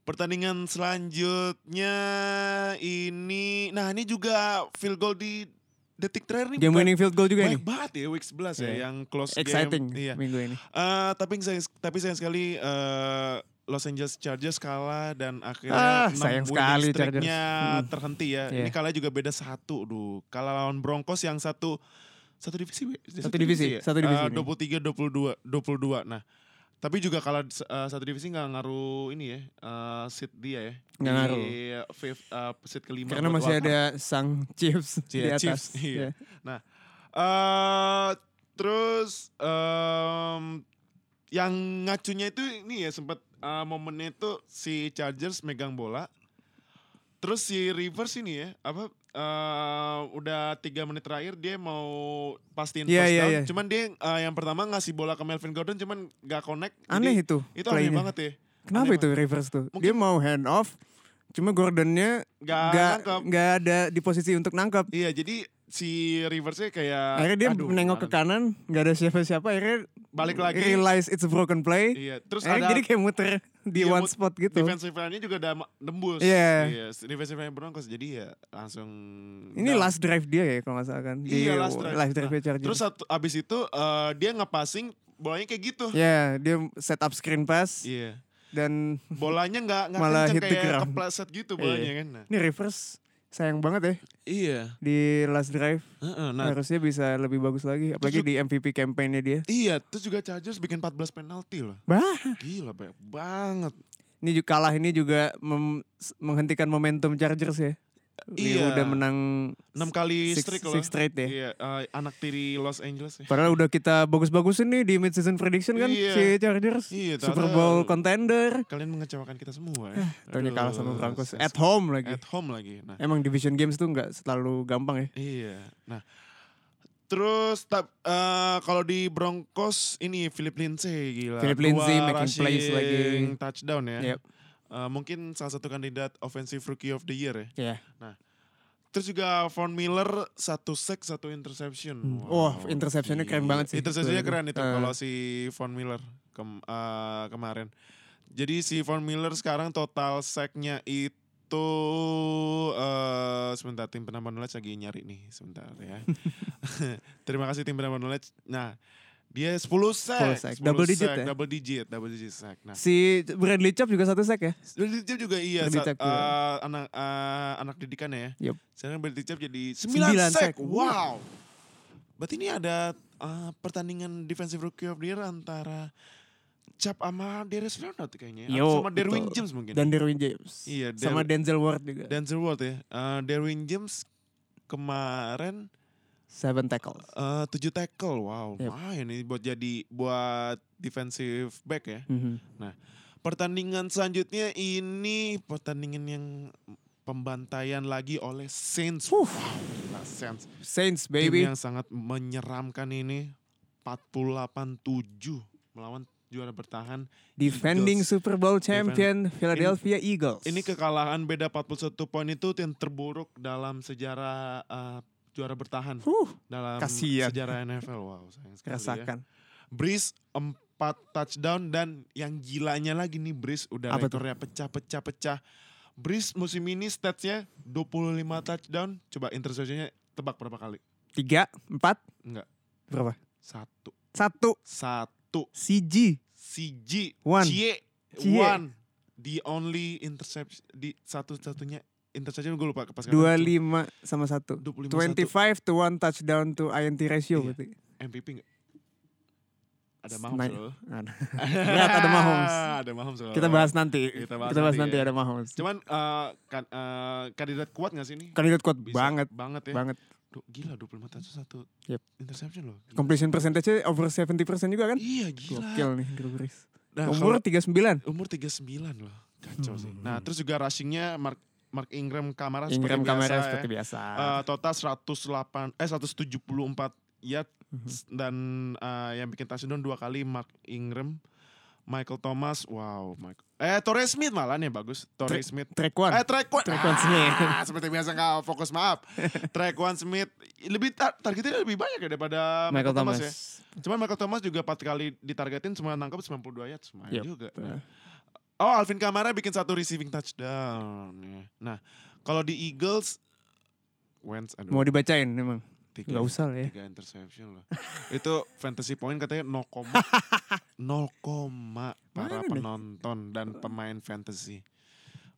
A: pertandingan selanjutnya ini, nah ini juga field goal di detik terakhir nih.
B: Game
A: bukan-
B: winning field goal juga
A: Baik
B: nih.
A: banget ya week 11 ya,
B: Iya.
A: yang close
B: Exciting
A: game. Iya.
B: minggu ini.
A: Eh, tapi sayang, tapi sayang sekali eh, Los Angeles Chargers kalah dan
B: Ah,
A: akhirnya enam
B: sayang
A: winning
B: sekali
A: streak-nya
B: Chargers. Mm.
A: terhenti ya.
B: Iya.
A: Ini kalah juga beda satu, duh. Kalah lawan Broncos yang satu satu divisi, we?
B: Satu
A: ya?
B: divisi, satu divisi
A: Eh,
B: ini.
A: 23 22 22. Nah, tapi juga kalah eh, satu divisi nggak ngaruh ini ya, eh, seat dia ya.
B: Nggak
A: Di
B: ngaruh.
A: fifth, eh, seat kelima.
B: Karena
A: buat
B: masih
A: wildcard.
B: ada sang Chiefs di
A: Iya,
B: atas.
A: Chiefs, iya.
B: Iya.
A: eh terus em, yang ngacunya itu ini ya sempat eh, momennya itu si Chargers megang bola. Terus si Rivers ini ya apa eh, udah tiga menit terakhir dia mau pastiin
B: Iya,
A: first
B: iya,
A: down.
B: iya.
A: Cuman dia eh, yang pertama ngasih bola ke Melvin Gordon cuman gak connect.
B: Aneh
A: Jadi
B: itu.
A: itu aneh
B: play-nya.
A: banget ya.
B: Kenapa
A: Aneh
B: itu Rivers tuh?
A: Mungkin-
B: Dia mau hand off, cuma Gordonnya
A: Gak,
B: nggak
A: nangkep.
B: nggak ada di posisi untuk nangkap.
A: Iya jadi si Riversnya kayak
B: Akhirnya dia
A: aduh,
B: menengok ke
A: gimana
B: kanan, nggak ada siapa-siapa. Akhirnya
A: nih. balik lagi.
B: realize it's a broken play.
A: Iya, terus
B: Akhirnya
A: ada
B: jadi kayak muter di
A: Iya,
B: one
A: mut-
B: spot gitu.
A: defensive line-nya juga udah ma- nembus.
B: Iya.
A: Iya, defensive line Broncos jadi ya langsung
B: Ini
A: down.
B: last drive dia ya kalau nggak salah kan. Di
A: Iya, last drive.
B: drive-nya Chargers.
A: Terus satu, abis itu eh, dia ngepassing bolanya kayak gitu.
B: Ya, dia set up screen pass
A: Iya.
B: dan
A: Bolanya nggak nggak
B: Malah
A: kencang
B: hit the
A: kayak
B: ground.
A: kepleset gitu bolanya
B: Iya.
A: kan. Nah,
B: ini reverse sayang banget ya
A: Iya.
B: di last drive.
A: Heeh, nah,
B: Harusnya bisa lebih bagus lagi apalagi di MVP campaign-nya dia.
A: iya, terus juga Chargers bikin 14 penalti loh.
B: Bah,
A: Gila banyak banget.
B: ini juga kalah ini juga mem- s- menghentikan momentum Chargers ya.
A: Iya.
B: Dia udah menang
A: 6 kali
B: six,
A: streak loh.
B: six straight ya.
A: Iya, eh, anak tiri Los Angeles ya.
B: Padahal udah kita bagus-bagusin nih di mid season prediction kan
A: Iya.
B: si Chargers.
A: Iya,
B: Super
A: ternyata-
B: Bowl contender.
A: Kalian mengecewakan kita semua ya.
B: Taunya kalah sama
A: Aduh,
B: Broncos
A: ses-
B: at home lagi.
A: At home lagi. Nah,
B: Emang division games tuh nggak selalu gampang ya.
A: Iya. Nah, terus tap, eh, kalau di Broncos ini Philip Lindsay gila.
B: Philip
A: Dua
B: Lindsay making plays
A: rushing
B: lagi.
A: touchdown ya.
B: Yep.
A: Eh, mungkin salah satu kandidat offensive rookie of the year ya.
B: Iya.
A: Terus juga Von Miller satu sack satu interception.
B: Hmm. Wah, interceptionnya keren banget sih.
A: Interceptionnya
B: Itu-
A: keren itu
B: Eh.
A: kalau si Von Miller kem- eh, kemarin. Jadi si Von Miller sekarang total sacknya itu eh sebentar tim penambah knowledge lagi nyari nih sebentar ya. Terima kasih tim penambah knowledge. Nah, dia 10 sack,
B: 10 sack.
A: 10
B: Double digit
A: sack,
B: ya?
A: Double digit, double digit sack. Nah,
B: Si Bradley Chubb juga satu sack ya.
A: Bradley Chubb juga iya
B: Bradley
A: sa-
B: Chubb juga.
A: eh, anak eh, anak didikannya ya.
B: Yup.
A: Sekarang Bradley Chubb jadi 9
B: Sembilan
A: sack.
B: sack.
A: Wow. Berarti ini ada eh, pertandingan defensive rookie of the year antara Chubb sama Darius Leonard kayaknya. ya.
B: Yo,
A: sama Derwin
B: betul.
A: James mungkin.
B: Dan Derwin James.
A: Iya, Dar-
B: Sama Denzel Ward juga.
A: Denzel Ward ya. Eh, Derwin James kemarin
B: Seven tackles.
A: eh, 7 tackle. Wow,
B: Yup.
A: main ini buat jadi buat defensive back ya.
B: Mhm.
A: Pertandingan selanjutnya ini pertandingan yang pembantaian lagi oleh Saints.
B: Wuh.
A: Gila, Saints.
B: Saints
A: Tim
B: baby.
A: yang sangat menyeramkan ini 48-7 melawan juara bertahan.
B: Defending
A: Eagles.
B: Super Bowl champion Philadelphia Eagles.
A: Ini kekalahan beda 41 poin itu yang terburuk dalam sejarah eh, juara bertahan
B: Huh,
A: dalam
B: kasihan.
A: sejarah NFL. Wow, sayang sekali ya.
B: rasakan.
A: Breeze 4 touchdown dan yang gilanya lagi nih Breeze udah
B: Apa tuh?
A: rekornya pecah-pecah-pecah. Breeze musim ini statsnya 25 touchdown. Coba interceptionnya tebak berapa kali?
B: Tiga, empat.
A: Enggak.
B: Berapa?
A: Satu.
B: Satu.
A: Satu.
B: CG.
A: CG.
B: One.
A: Cie.
B: Cie.
A: One. The only interception. Di satu-satunya interception gue lupa. Pas kapan.
B: Dua lima sama satu.
A: 25
B: 25 to one touchdown to INT
A: Iya.
B: ratio berarti.
A: MVP enggak? Ada
B: Nah,
A: Mahomes loh.
B: ada. Berat ada Mahomes.
A: ada Mahomes loh.
B: Kita bahas nanti.
A: Oh. Kita bahas nanti
B: nanti,
A: ya.
B: ada Mahomes.
A: Cuman eh, kan, eh, kandidat kuat gak sih ini?
B: Kandidat kuat
A: Bisa
B: bangat,
A: Banget ya.
B: banget.
A: Duh, gila 25 touch satu
B: Yep.
A: interception loh. Gila.
B: Completion percentage over 70% juga kan?
A: Iya gila.
B: Gokil nih Drew Brees.
A: Nah,
B: Umur 39.
A: kalau- umur 39 loh. Kacau sih. Nah, terus juga rushingnya Mark Mark Ingram Kamara
B: Ingram
A: seperti
B: kamera
A: biasa
B: seperti
A: ya.
B: biasa.
A: Eh, total 108 eh
B: Hmm.
A: 174 yard dan eh, yang bikin touchdown dua kali Mark Ingram. Michael Thomas, wow. Michael. Eh Torres Smith malah nih bagus. Torres Smith.
B: Track one.
A: Eh Track One.
B: Traquan Smith.
A: Ah, seperti biasa nggak fokus maaf. Track One Smith lebih tar- targetnya lebih banyak ya daripada
B: Michael Thomas.
A: ya. Cuman Michael Thomas juga empat kali ditargetin cuma nangkep 92 yards. Main
B: Yep.
A: juga.
B: Nah.
A: Oh Alvin Kamara bikin satu receiving touchdown. ya. Nah kalau di Eagles Wentz aduh
B: Mau dibacain emang.
A: tiga,
B: Gak usah lah ya.
A: tiga interception loh. Itu fantasy point katanya 0, koma- 0, koma para
B: Mana nih?
A: penonton dan pemain fantasy.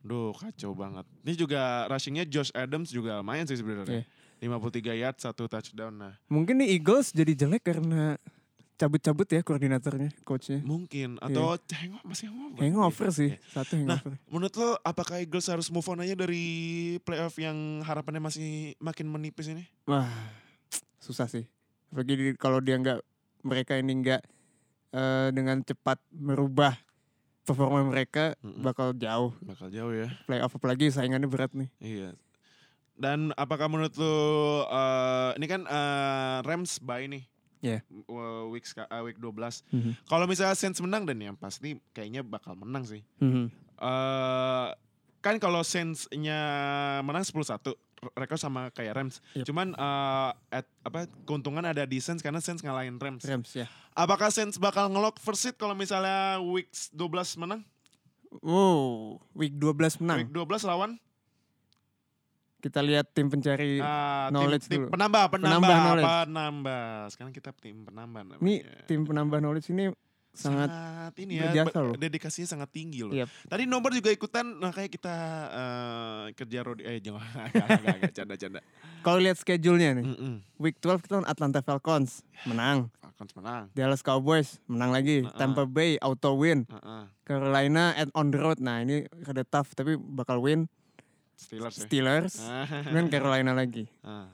A: Duh kacau banget. Ini juga rushingnya Josh Adams juga lumayan sih sebenarnya.
B: Iya.
A: 53 yards satu touchdown. Nah
B: Mungkin nih Eagles jadi jelek karena cabut-cabut ya koordinatornya, coachnya.
A: mungkin atau hangover masih hangover.
B: Iya. Hangover sih,
A: Iya.
B: satu hangover.
A: Menurut lo apakah Eagles harus move on aja dari playoff yang harapannya masih makin menipis ini?
B: Wah, susah sih. Bagi di- kalau dia nggak mereka ini nggak eh, dengan cepat merubah performa mereka
A: Mm-mm.
B: bakal jauh
A: Bakal jauh ya.
B: playoff apalagi saingannya berat nih.
A: Iya. Dan apakah menurut lu eh, ini kan eh, Rams bye nih.
B: Iya.
A: W- Week seka- eh, week 12. Kalau misalnya Saints menang dan yang pasti kayaknya bakal menang sih. Eh kan kalau Saints-nya menang 10-1 re- rekor sama kayak Rams.
B: Yep.
A: Cuman eh, at- apa keuntungan ada di Saints karena Saints ngalahin Rams.
B: Rams ya.
A: Apakah Saints bakal ngelock first seed kalau misalnya week 12 menang?
B: Wow, week 12 menang.
A: Week 12 lawan
B: Kita lihat tim pencari.
A: Ah, tim-
B: knowledge
A: tim,
B: dulu.
A: penambah, penambah,
B: Penambah
A: penambah,
B: knowledge.
A: Sekarang kita tim penambah namanya.
B: ini tim penambah knowledge ini sangat
A: ini ya,
B: berjasa
A: ber-
B: loh. Iya.
A: dedikasinya sangat tinggi loh.
B: Yep.
A: Tadi nomor juga ikutan, nah kayak kita eh, kerja rodi, eh jangan, agak, agak, agak, canda-canda.
B: Kalau lihat schedule-nya nih,
A: Mm-mm.
B: week 12 kita lawan Atlanta Falcons, menang.
A: Falcons menang.
B: Dallas Cowboys, menang lagi.
A: Heeh.
B: Tampa Bay auto win.
A: Heeh.
B: Carolina at on the road. Nah, ini rada tough tapi bakal win.
A: Steelers ya.
B: Steelers, kemudian Carolina lagi.
A: Ah,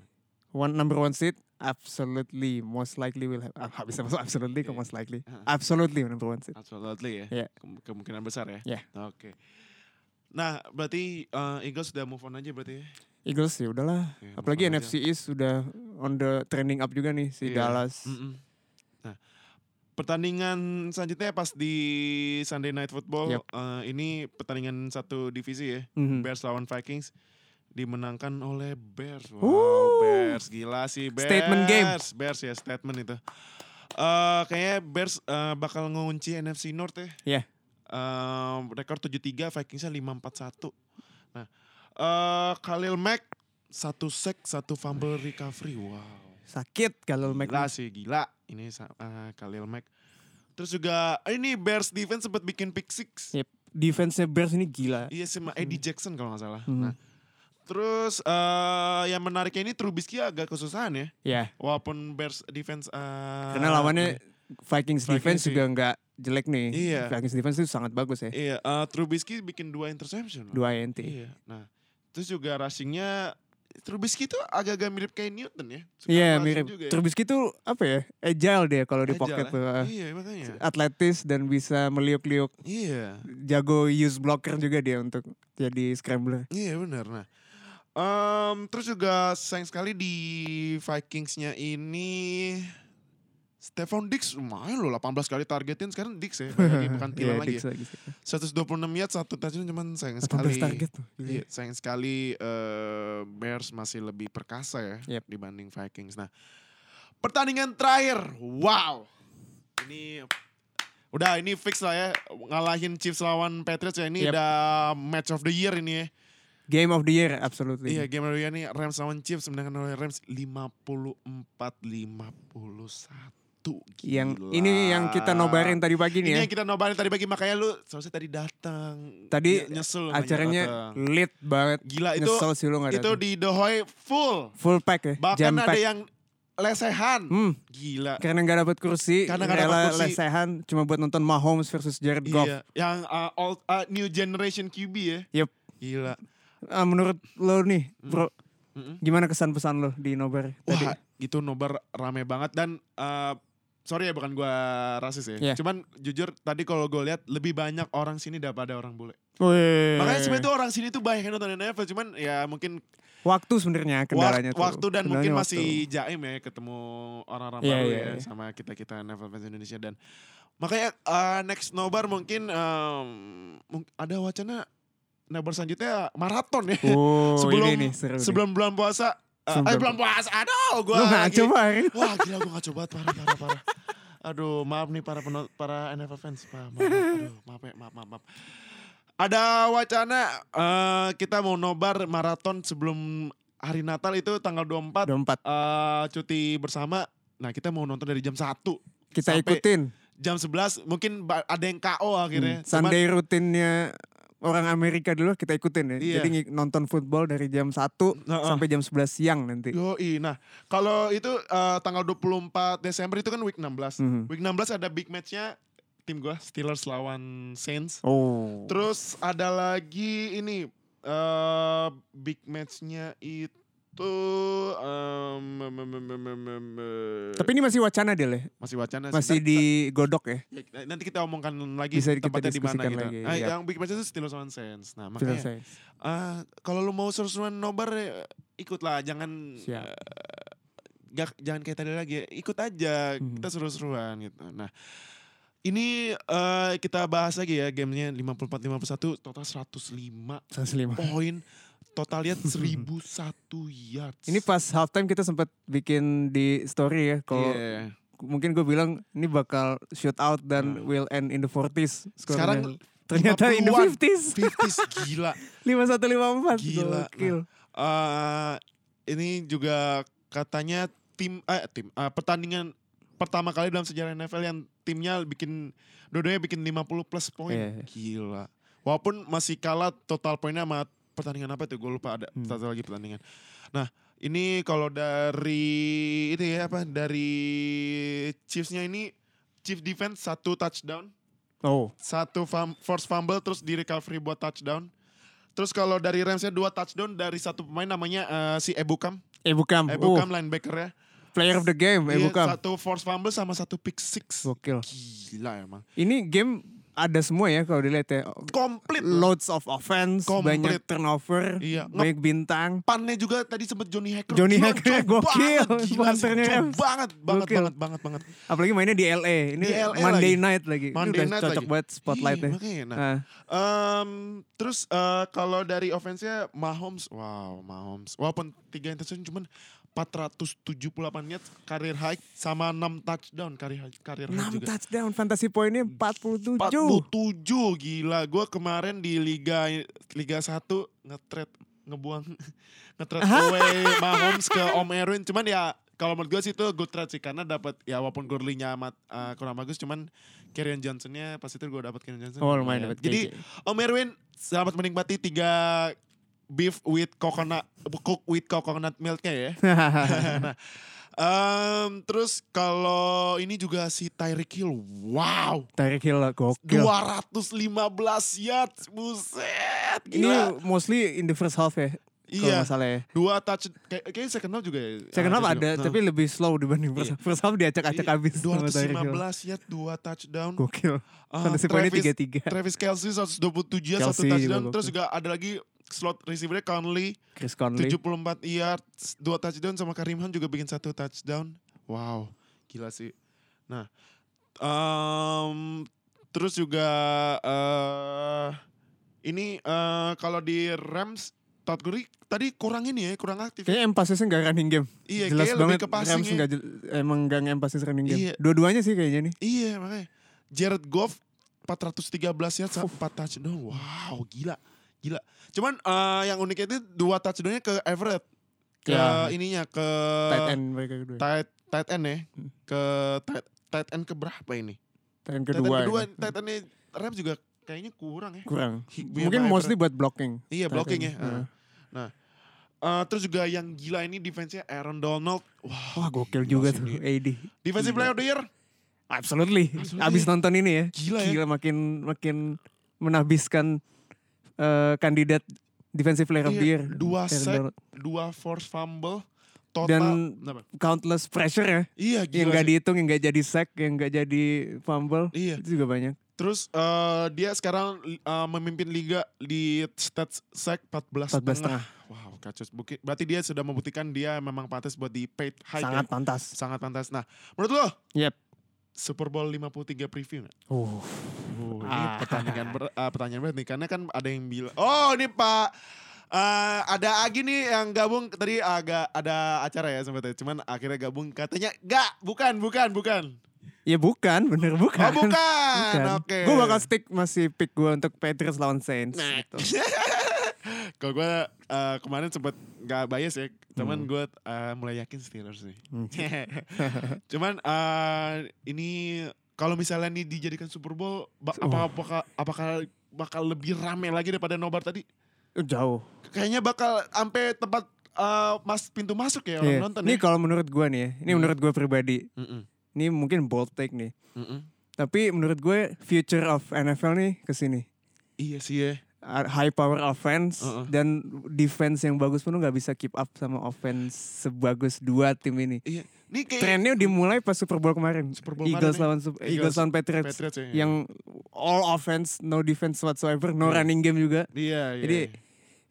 B: One number one seed, absolutely most likely will have. Ah, Habis masuk absolutely
A: Iya.
B: ke most likely.
A: Heeh.
B: Absolutely number one seed.
A: Absolutely ya.
B: Iya.
A: Kem- Kemungkinan besar ya.
B: Iya.
A: Oke. Nah, berarti eh, Eagles sudah move on aja berarti ya.
B: Eagles sih udahlah.
A: Ya,
B: Apalagi
A: move on
B: NFC East sudah on the trending up juga nih si
A: Iya.
B: Dallas.
A: Mm-mm. Nah, pertandingan selanjutnya pas di Sunday Night Football
B: Yep.
A: eh, ini pertandingan satu divisi ya.
B: Mhm.
A: Bears lawan Vikings dimenangkan oleh Bears. Wow,
B: Wuh.
A: Bears gila sih Bears.
B: Statement game.
A: Bears ya statement itu. Eh kayaknya Bears eh, bakal ngunci NFC North ya.
B: Iya.
A: Eh, rekor 73, Vikingsnya 541. Nah, eh Khalil Mack satu sack, satu fumble recovery. Wow.
B: Sakit kalau Mac.
A: Gila sih, gila. Ini sa- ah, Khalil Mack. Terus juga eh, ini Bears defense sempat bikin pick six.
B: Yep. Defense Bears ini gila.
A: Iya sama Eddie
B: Hmm.
A: Jackson kalau nggak salah.
B: Mhm.
A: Nah, terus eh, yang menariknya ini Trubisky agak kesusahan ya.
B: Ya,
A: Walaupun Bears defense eh,
B: karena lawannya
A: Vikings
B: Vikings defense
A: sih.
B: juga nggak jelek nih.
A: Iya.
B: Vikings defense itu sangat bagus ya.
A: Iya, eh, Trubisky bikin dua interception. loh.
B: Dua INT.
A: Iya. Nah, terus juga rushingnya Trubisky tuh agak-agak mirip kayak Newton ya. Suka
B: Iya
A: rushing
B: mirip.
A: juga ya.
B: Trubisky tuh apa ya? Agile dia kalau di
A: Agile
B: pocket
A: ya.
B: tuh. ah.
A: Iya, makanya.
B: Atletis dan bisa meliuk-liuk.
A: Iya.
B: Jago use blocker juga dia untuk jadi scrambler.
A: Iya benar. Nah, Em, terus juga sayang sekali di Vikingsnya ini Stefan Dix lumayan loh 18 kali targetin sekarang Dix ya balik lagi, bukan Tilan
B: Iya,
A: lagi.
B: Dix
A: ya.
B: lagi.
A: 126 yard satu touchdown cuman sayang
B: 18
A: sekali.
B: target tuh. Gila.
A: Iya, sayang sekali eh, Bears masih lebih perkasa ya
B: Yep.
A: dibanding Vikings. Nah, pertandingan terakhir, wow, ini udah ini fix lah ya ngalahin Chiefs lawan Patriots ya ini
B: Yep.
A: udah match of the year ini ya.
B: Game of the year absolutely.
A: Iya, game Ria nih Rams lawan Chiefs menangkan oleh Rams 54-51. Gila.
B: Yang ini yang kita nobarin tadi pagi
A: Ini
B: nih ya.
A: yang kita nobarin tadi pagi makanya lu seharusnya tadi datang.
B: Tadi
A: Ya, nyesel nggak
B: Acaranya
A: datang.
B: lit banget.
A: gila itu
B: Nyesel sih lu nggak
A: itu
B: datang.
A: di The Hoy full.
B: Full pack ya.
A: Bahkan
B: jam
A: ada
B: pack.
A: yang lesehan.
B: Hmm.
A: Gila.
B: Karena nggak dapat kursi,
A: Karena
B: karena
A: nggak
B: gak
A: dapet kursi.
B: lesehan cuma buat nonton Mahomes versus Jared Goff.
A: Iya, yang uh, old uh, new generation QB ya.
B: Yep.
A: Gila.
B: Ah, menurut lo nih,
A: Hmm.
B: Bro,
A: Mm-mm.
B: gimana kesan pesan lo di nobar tadi?
A: Wah, itu gitu, nobar rame banget dan eh, sorry ya bukan gua rasis ya.
B: Iya.
A: Cuman jujur tadi kalau gue lihat lebih banyak orang sini daripada orang bule.
B: Wih.
A: Makanya sebenarnya tuh orang sini tuh banyak yang nonton NFL, cuman ya mungkin
B: waktu sebenarnya
A: wak-
B: kendalanya tuh.
A: waktu dan
B: Kendalanya
A: mungkin
B: waktu.
A: masih jaim ya ketemu orang-orang
B: Iya,
A: baru
B: iya,
A: ya
B: iya.
A: sama kita-kita NFL fans Indonesia dan Makanya eh, next nobar mungkin em, mung- ada wacana nobar selanjutnya maraton ya.
B: Oh,
A: sebelum
B: ini nih seru nih.
A: sebelum bulan puasa. eh,
B: Sebelum
A: eh
B: bulan-
A: bulan puasa. Aduh,
B: Lu
A: gua lagi-
B: ngaco, Pak.
A: Wah, gila gua ngaco banget parah parah parah. Aduh, maaf nih para peno- para NFL fans. Maaf, maaf, maaf. Aduh, maaf, ya, maaf, maaf, maaf. Ada wacana eh, kita mau nobar maraton sebelum hari Natal itu tanggal 24
B: Udah empat.
A: eh cuti bersama. Nah, kita mau nonton dari jam 1.
B: Kita
A: Sampai-
B: ikutin.
A: Jam 11 mungkin ba- ada yang KO akhirnya.
B: Hmm,
A: Cuman-
B: Sunday rutinnya orang Amerika dulu kita ikutin ya.
A: Iya.
B: Jadi ngi- nonton football dari jam 1
A: Nah,
B: sampai jam 11 siang nanti.
A: Yoi. Nah, kalau itu eh, tanggal 24 Desember itu kan week 16.
B: Mhm.
A: Week 16 ada big match-nya tim gua Steelers lawan Saints.
B: Oh.
A: Terus ada lagi ini eh big match-nya itu em, em, em, em, em, em, em, eh,
B: Tapi ini masih wacana Del ya?
A: masih wacana sih.
B: Masih
A: Ntar-
B: digodok ya?
A: Ya, nanti kita omongkan lagi
B: Bisa kita
A: tempatnya di mana
B: diskusikan
A: gitu.
B: lagi,
A: Ah,
B: iya.
A: yang big match itu Steelers lawan Saints. Nah,
B: Sudah
A: makanya
B: saya.
A: ah, kalau lu mau seru-seruan nobar ya, ikutlah jangan
B: Siap.
A: eh, gak- jangan kayak tadi lagi, ikut aja.
B: Mhm.
A: Kita seru-seruan gitu. Nah, ini eh, kita bahas lagi ya gamenya 54 51 total 105
B: 105.
A: poin totalnya 1001 yards.
B: Ini pas halftime kita sempat bikin di story ya kalau
A: Iya.
B: mungkin gue bilang ini bakal shoot out dan
A: Hmm.
B: will end in the 40s
A: Sekarang
B: skornya. ternyata in the
A: 50-an.
B: 50s
A: 50s gila.
B: 5154
A: Gila.
B: Gokil.
A: Eh, ini juga katanya tim eh tim eh, pertandingan pertama kali dalam sejarah NFL yang timnya bikin dua-duanya bikin 50 plus poin.
B: Iya, iya.
A: Gila. Walaupun masih kalah total poinnya sama pertandingan apa itu gue lupa ada
B: Hmm.
A: satu lagi pertandingan. Nah, ini kalau dari itu ya apa dari Chiefs-nya ini Chiefs defense satu touchdown nah.
B: Oh.
A: satu fum- force fumble terus di recovery buat touchdown. Terus kalau dari Ramsnya dua touchdown dari satu pemain namanya eh, si Ebukam,
B: Ebukam.
A: Ebukam
B: Oh,
A: linebacker ya.
B: player of the game Ebukam. Oh.
A: Satu force fumble sama satu pick six.
B: Gokil.
A: Gila emang.
B: Ini game ada semua ya kalau dilihat ya.
A: Komplit.
B: Loads of offense,
A: Komplit.
B: banyak turnover,
A: Iya.
B: banyak bintang.
A: Pannya juga tadi sempet Johnny Hacker.
B: Johnny
A: Gila,
B: Hacker,
A: jauh
B: gokil.
A: banget, Gila sih,
B: Punternya
A: jauh
B: Rams.
A: banget, banget,
B: Gokil.
A: banget, banget, banget.
B: Apalagi mainnya di LA. Ini
A: Di LA
B: Monday
A: lagi.
B: night lagi. Ini
A: Monday
B: udah
A: night
B: cocok
A: lagi.
B: banget spotlightnya.
A: Iya, makanya. Nah,
B: Ah,
A: Em, terus eh, kalau dari offense-nya Mahomes, wow Mahomes. Walaupun 3 interception cuman 478 yards career high sama 6 touchdown career high, career high
B: 6
A: juga.
B: touchdown, fantasy poinnya 47.
A: 47 gila. Gua kemarin di liga Liga 1 nge-trade ngebuang nge-trade away Mahomes ke Om Erwin. Cuman ya kalau menurut gue sih itu good trade sih karena dapat ya walaupun Gurley-nya amat eh, kurang bagus cuman Kerryon Johnson-nya pas itu gue dapat Kerryon Johnson.
B: Oh lumayan dapat.
A: Jadi
B: KJ.
A: Om Erwin, selamat menikmati tiga beef with coconut, cook with coconut milknya ya. nah, em, terus kalau ini juga si Tyreek Hill, wow,
B: Tyreek Hill
A: Iya.
B: gokil.
A: 215 yards, buset,
B: Ini
A: gila.
B: mostly in the first half ya. Kalau
A: iya,
B: nggak salah ya.
A: dua touch, kayak, kayaknya second half juga ya.
B: Second half ada,
A: Nah,
B: tapi lebih slow dibanding first half. First half diacak-acak
A: iya,
B: habis. sama Tyreek Hill.
A: 215 yards, dua touchdown.
B: Gokil.
A: Ah,
B: Fantasy poinnya
A: Travis-
B: 33.
A: Travis Kelsey 127 yards, satu
B: Kelsey juga
A: touchdown.
B: gokil.
A: Terus juga ada lagi slot receivernya Conley.
B: Chris Conley.
A: 74 yards, 2 touchdown sama Karim Khan juga bikin satu touchdown. Wow, gila sih. Nah, em, terus juga eh ini eh, kalau di Rams Todd Gurley tadi kurang ini ya, kurang aktif.
B: Kayaknya emphasis-nya gak running game.
A: Iya,
B: Jelas
A: kayaknya
B: banget
A: lebih ke passing
B: Rams
A: ya.
B: nggak jel- emang gak emphasis running game.
A: Iya.
B: Dua-duanya sih kayaknya nih.
A: Iya, makanya. Jared Goff 413 yards, 4 touchdown. Wow, gila. Gila. Cuman eh, yang uniknya itu dua touchdownnya ke Everett. Ke
B: Ya.
A: ininya ke
B: tight end mereka kedua.
A: tight tight end ya
B: Hmm.
A: ke tight, tight end ke berapa ini?
B: Tight end
A: tight
B: kedua.
A: end kedua
B: ini.
A: tight end Rams juga kayaknya kurang ya.
B: Kurang.
A: Higby
B: Mungkin
A: sama
B: mostly buat blocking.
A: Everett. iya
B: tight
A: blocking ya.
B: end. Hmm.
A: Heeh. Eh, terus juga yang gila ini defense-nya Aaron Donald. Wah,
B: Wah gokil
A: gila
B: juga
A: Iya, sih
B: tuh
A: ini.
B: AD.
A: Defensive
B: Gila.
A: player of the year.
B: Absolutely.
A: Absolutely.
B: Abis nonton ini ya.
A: Gila ya.
B: Gila makin makin menabiskan eh, kandidat defensive player of
A: Iya,
B: the year.
A: dua
B: Aaron
A: sack.
B: Donald.
A: Dua force fumble total.
B: Dan-
A: Kenapa?
B: Countless pressure ya.
A: iya gila.
B: Yang gak
A: sih.
B: dihitung, yang gak jadi sack, yang gak jadi fumble.
A: Iya.
B: Itu juga banyak.
A: Terus eh, dia sekarang eh, memimpin liga di stats sack 14
B: 14
A: setengah.
B: setengah.
A: Wow, kacau. Bukit- Berarti dia sudah membuktikan dia memang pantas buat di paid high. ya?
B: Sangat pantas.
A: sangat pantas. Nah, menurut lo?
B: Yep.
A: Super Bowl 53 preview nggak?
B: Uh.
A: Oh, ini
B: Ah.
A: pertandingan ber- ah, pertanyaan berat nih karena kan ada yang bilang, "Oh, ini Pak eh, ada Agi nih yang gabung tadi agak ada acara ya sebetulnya. Cuman akhirnya gabung katanya enggak, bukan, bukan, bukan.
B: Ya bukan, bener bukan.
A: Oh, bukan. Oke.
B: Gue bakal stick masih pick gue untuk Patriots lawan Saints.
A: Nah.
B: Gitu.
A: Kalau gue eh, kemarin sempet nggak bias ya,
B: Hmm.
A: cuman gue eh, mulai yakin Steelers nih. cuman eh, ini kalau misalnya nih dijadikan Super Bowl, ba- apa
B: Oh.
A: apakah apakah bakal lebih rame lagi daripada nobar tadi?
B: Uh, Jauh.
A: Kayaknya bakal sampai tempat eh, mas pintu masuk ya orang
B: Iya.
A: nonton
B: Ini
A: ya.
B: kalau menurut gue nih, ya, ini
A: Hmm.
B: menurut gue pribadi,
A: Mm-mm,
B: ini mungkin bold take nih.
A: mm-mm.
B: Tapi menurut gue future of NFL nih kesini.
A: Iya sih ya.
B: Uh, High power offense
A: Uh-uh.
B: dan defense yang bagus pun lu nggak bisa keep up sama offense sebagus dua tim ini.
A: Iya. Nih kayak
B: Trennya dimulai pas Super Bowl kemarin.
A: Super Bowl
B: Eagles
A: kemarin
B: lawan Sup-
A: Eagles,
B: Eagles, lawan Patriots,
A: Patriots ya. Hmm.
B: yang all offense, no defense whatsoever, no running game juga.
A: Iya, iya.
B: Jadi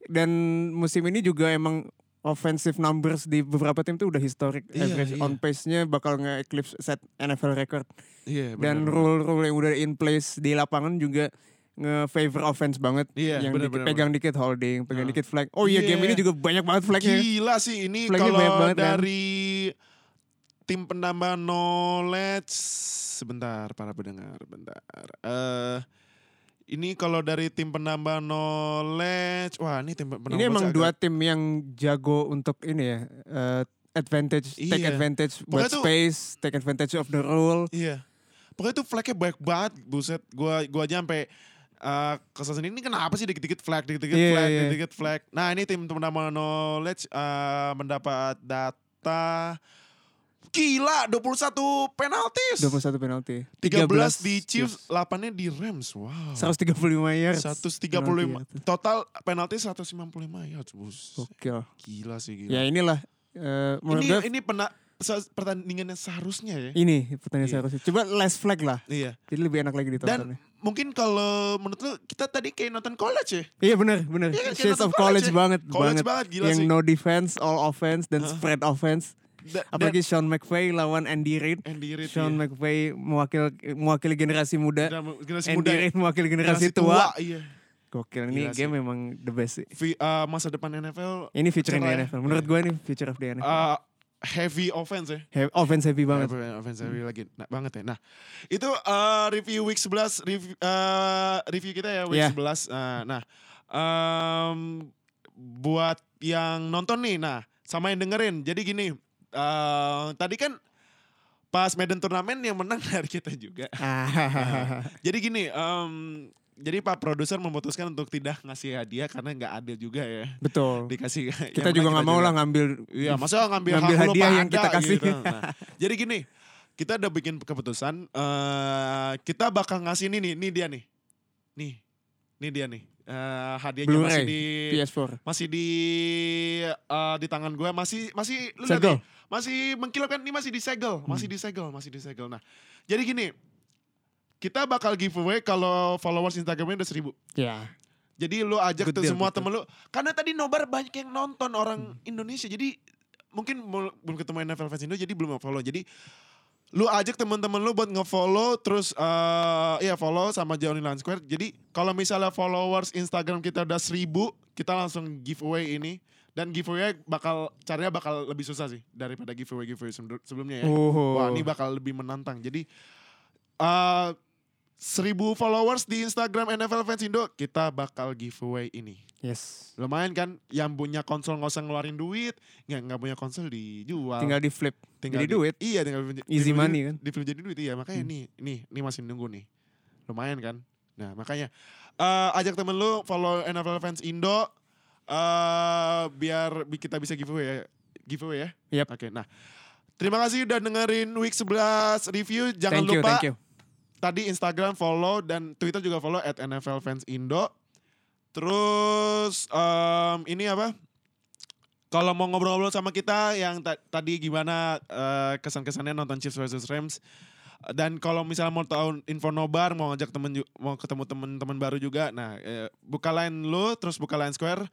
B: dan musim ini juga emang offensive numbers di beberapa tim tuh udah historic
A: Iya,
B: average
A: iya.
B: on pace-nya bakal nge-eclipse set NFL record
A: iya,
B: dan
A: benar.
B: rule-rule yang udah in place di lapangan juga nge-favor offense banget
A: Iya,
B: yang
A: benar,
B: dikit-
A: benar,
B: pegang dikit holding, pegang
A: Nah.
B: dikit flag. Oh iya game
A: Iya.
B: ini juga banyak banget flagnya.
A: Gila sih ini
B: Flagnya
A: kalau
B: banyak banget, kan?
A: dari tim penambah knowledge sebentar para pendengar bentar. Eh ini kalau dari tim penambah knowledge, wah ini tim penambah
B: Ini emang
A: knowledge
B: dua
A: agak-
B: tim yang jago untuk ini ya. eh, advantage, take
A: Iya.
B: advantage buat
A: Pokoknya tuh-
B: space, take advantage of the rule.
A: Iya. Pokoknya itu flagnya banyak banget, buset. Gua gua aja sampai eh kesel sendiri ini kenapa sih dikit-dikit flag, dikit-dikit
B: Iya,
A: flag,
B: iya.
A: dikit-dikit flag. Nah, ini tim penambah knowledge eh mendapat data Gila, 21 penaltis.
B: 21 penalti.
A: 13 di Chiefs, 8-nya di Rams. Wow.
B: 135 yards. ya.
A: 135. Total penalti 155 yards, Bos. ya,
B: Gokil.
A: Gila sih gila.
B: Ya inilah eh menurut
A: ini
B: gue
A: ini pena- se- pertandingan yang seharusnya ya.
B: ini pertanyaan
A: Iya.
B: saya harusnya. Coba less flag lah.
A: Iya.
B: Jadi lebih enak lagi
A: Dan
B: ditontonnya.
A: mungkin kalau menurut lu kita tadi kayak nonton college ya.
B: Iya benar, benar.
A: Iya kan, kayak
B: Shades of
A: nonton
B: college
A: college ya.
B: banget,
A: College
B: banget.
A: banget, gila
B: Yang
A: sih.
B: no defense, all offense dan spread offense.
A: Da- dan
B: Apalagi Sean McVay lawan Andy Reid.
A: Andy Reid.
B: Sean
A: iya.
B: McVay mewakil mewakili generasi muda.
A: Dan generasi
B: Andy
A: muda. ya? iya.
B: Reid mewakili
A: generasi
B: generasi, tua.
A: iya.
B: Gokil ini
A: Gila sih.
B: game memang the best sih.
A: Vi- eh, masa depan NFL
B: Ini future in
A: Cerah
B: the
A: ya.
B: NFL. Menurut gue ini future of the NFL.
A: eh, heavy offense ya.
B: He- offense heavy banget. Hmm.
A: Offensive lagi nah, banget ya. Nah, itu eh, review week 11 review eh, review kita ya week
B: Yeah.
A: 11. Nah, nah em, buat yang nonton nih, nah sama yang dengerin. Jadi gini, eh, tadi kan pas Medan turnamen yang menang dari kita juga.
B: Ah,
A: Jadi gini, em, jadi Pak produser memutuskan untuk tidak ngasih hadiah karena nggak adil juga ya.
B: Betul.
A: Dikasih yang menang
B: kita juga nggak mau
A: iya, juga.
B: lah ngambil
A: Iya, masa ngambil,
B: Ngambil
A: hak lu,
B: hadiah
A: Pak
B: yang kita
A: Anda,
B: kasih.
A: Nah, jadi gini, kita udah bikin keputusan eh kita bakal ngasih ini nih, ini dia nih. Nih. Ini dia nih. Eh hadiahnya masih
B: Blu-ray Iya.
A: di
B: PS4
A: masih di eh, di tangan gue masih masih lu lihat
B: Segel. Hmm.
A: nih, masih mengkilap kan ini masih disegel, masih disegel, masih disegel. Nah, jadi gini, kita bakal giveaway kalau followers Instagramnya udah seribu.
B: ya
A: Jadi lu ajak
B: Good
A: tuh
B: deal,
A: semua
B: good deal.
A: temen lu. Karena tadi nobar banyak yang nonton orang Indonesia. Jadi mungkin mul- belum ketemu NFL fans Indo jadi belum follow. Jadi lu ajak temen-temen lu buat ngefollow terus eh ya follow sama Johnny Land Square. Jadi kalau misalnya followers Instagram kita udah seribu, kita langsung giveaway ini. Dan giveaway bakal caranya bakal lebih susah sih daripada giveaway giveaway sebelumnya ya.
B: oh
A: Wah ini bakal lebih menantang. Jadi eh 1000 followers di Instagram NFL Fans Indo kita bakal giveaway ini.
B: yes
A: Lumayan kan? Yang punya konsol nggak usah ngeluarin duit, nggak nggak punya konsol dijual.
B: tinggal di flip jadi
A: di-
B: duit.
A: Iya tinggal di-
B: Easy
A: di-
B: money
A: di-
B: kan? Hmm.
A: Di jadi duit iya makanya nih nih nih masih nunggu nih. Lumayan kan? Nah makanya eh, ajak temen lu follow NFL Fans Indo eh biar bi- kita bisa giveaway ya. Giveaway ya.
B: Yap.
A: Oke, nah. Terima kasih udah dengerin week 11 review. Jangan
B: thank you
A: lupa
B: thank you
A: tadi Instagram follow dan Twitter juga follow at NFL Fans Indo. Terus em, ini apa? Kalau mau ngobrol-ngobrol sama kita yang ta- tadi gimana eh, kesan-kesannya nonton Chiefs versus Rams dan kalau misalnya mau tahu info nobar mau ngajak temen ju- mau ketemu temen-temen baru juga nah eh, buka line lu terus buka line square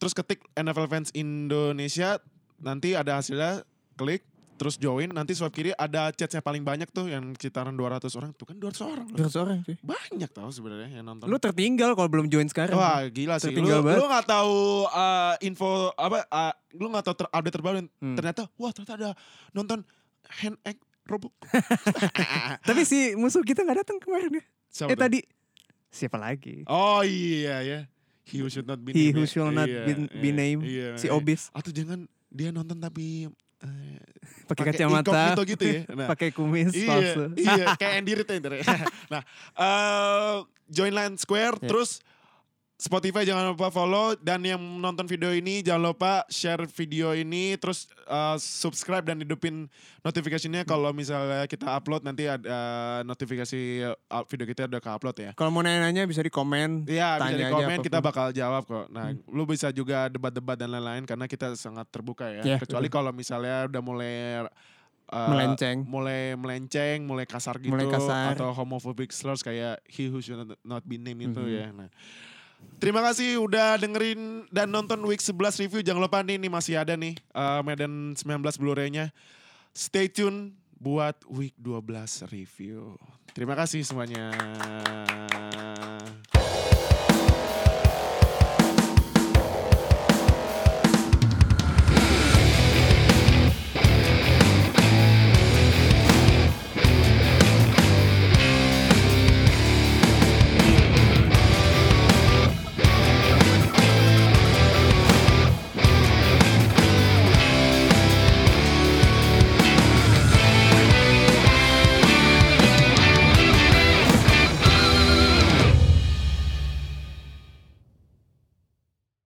A: terus ketik NFL Fans Indonesia nanti ada hasilnya klik terus join nanti swipe kiri ada chatnya paling banyak tuh yang sekitaran 200 orang tuh kan 200 orang loh.
B: orang cuy.
A: banyak tau sebenarnya yang nonton
B: Lu tertinggal kalau belum join sekarang.
A: wah gila sih lu
B: tertinggal banget.
A: lu nggak tahu eh, info apa eh, lu nggak tahu ter- update terbaru dan
B: Hmm.
A: ternyata wah ternyata ada nonton hand egg robot
B: Tapi si musuh kita nggak datang kemarin ya.
A: Siapa
B: Eh
A: tuh?
B: tadi siapa lagi?
A: oh iya ya he who should not be
B: He
A: named
B: who
A: ya.
B: shall not
A: Iya,
B: be- be
A: iya,
B: named.
A: iya,
B: Si
A: iya.
B: Obis
A: atau jangan dia nonton tapi eh,
B: pakai
A: pakai
B: kacamata,
A: incognito gitu ya nah,
B: pakai kumis
A: iya,
B: palsu.
A: iya, kayak Andy Reid aja ntar ya. nah, eh join Line Square,
B: Iya.
A: terus Spotify jangan lupa follow dan yang nonton video ini jangan lupa share video ini terus eh, subscribe dan hidupin notifikasinya
B: Hmm.
A: kalau misalnya kita upload nanti ada eh, notifikasi eh, video kita udah ke upload ya.
B: Kalau mau nanya-nanya bisa di komen.
A: Iya, bisa
B: Tanya
A: di
B: aja
A: komen kita
B: apapun. Hmm.
A: bakal jawab kok. Nah, lu bisa juga debat-debat dan lain-lain karena kita sangat terbuka ya.
B: Iya,
A: Kecuali kalau misalnya udah mulai eh,
B: Melenceng.
A: mulai melenceng, mulai kasar gitu
B: Mulai kasar.
A: atau homophobic slurs kayak he who should not- not be named itu
B: Mhm.
A: ya. Nah. Terima kasih udah dengerin dan nonton week 11 review. Jangan lupa nih, nih masih ada nih eh, Medan 19 Blu-ray-nya. Stay tune buat week 12 review. Terima kasih semuanya.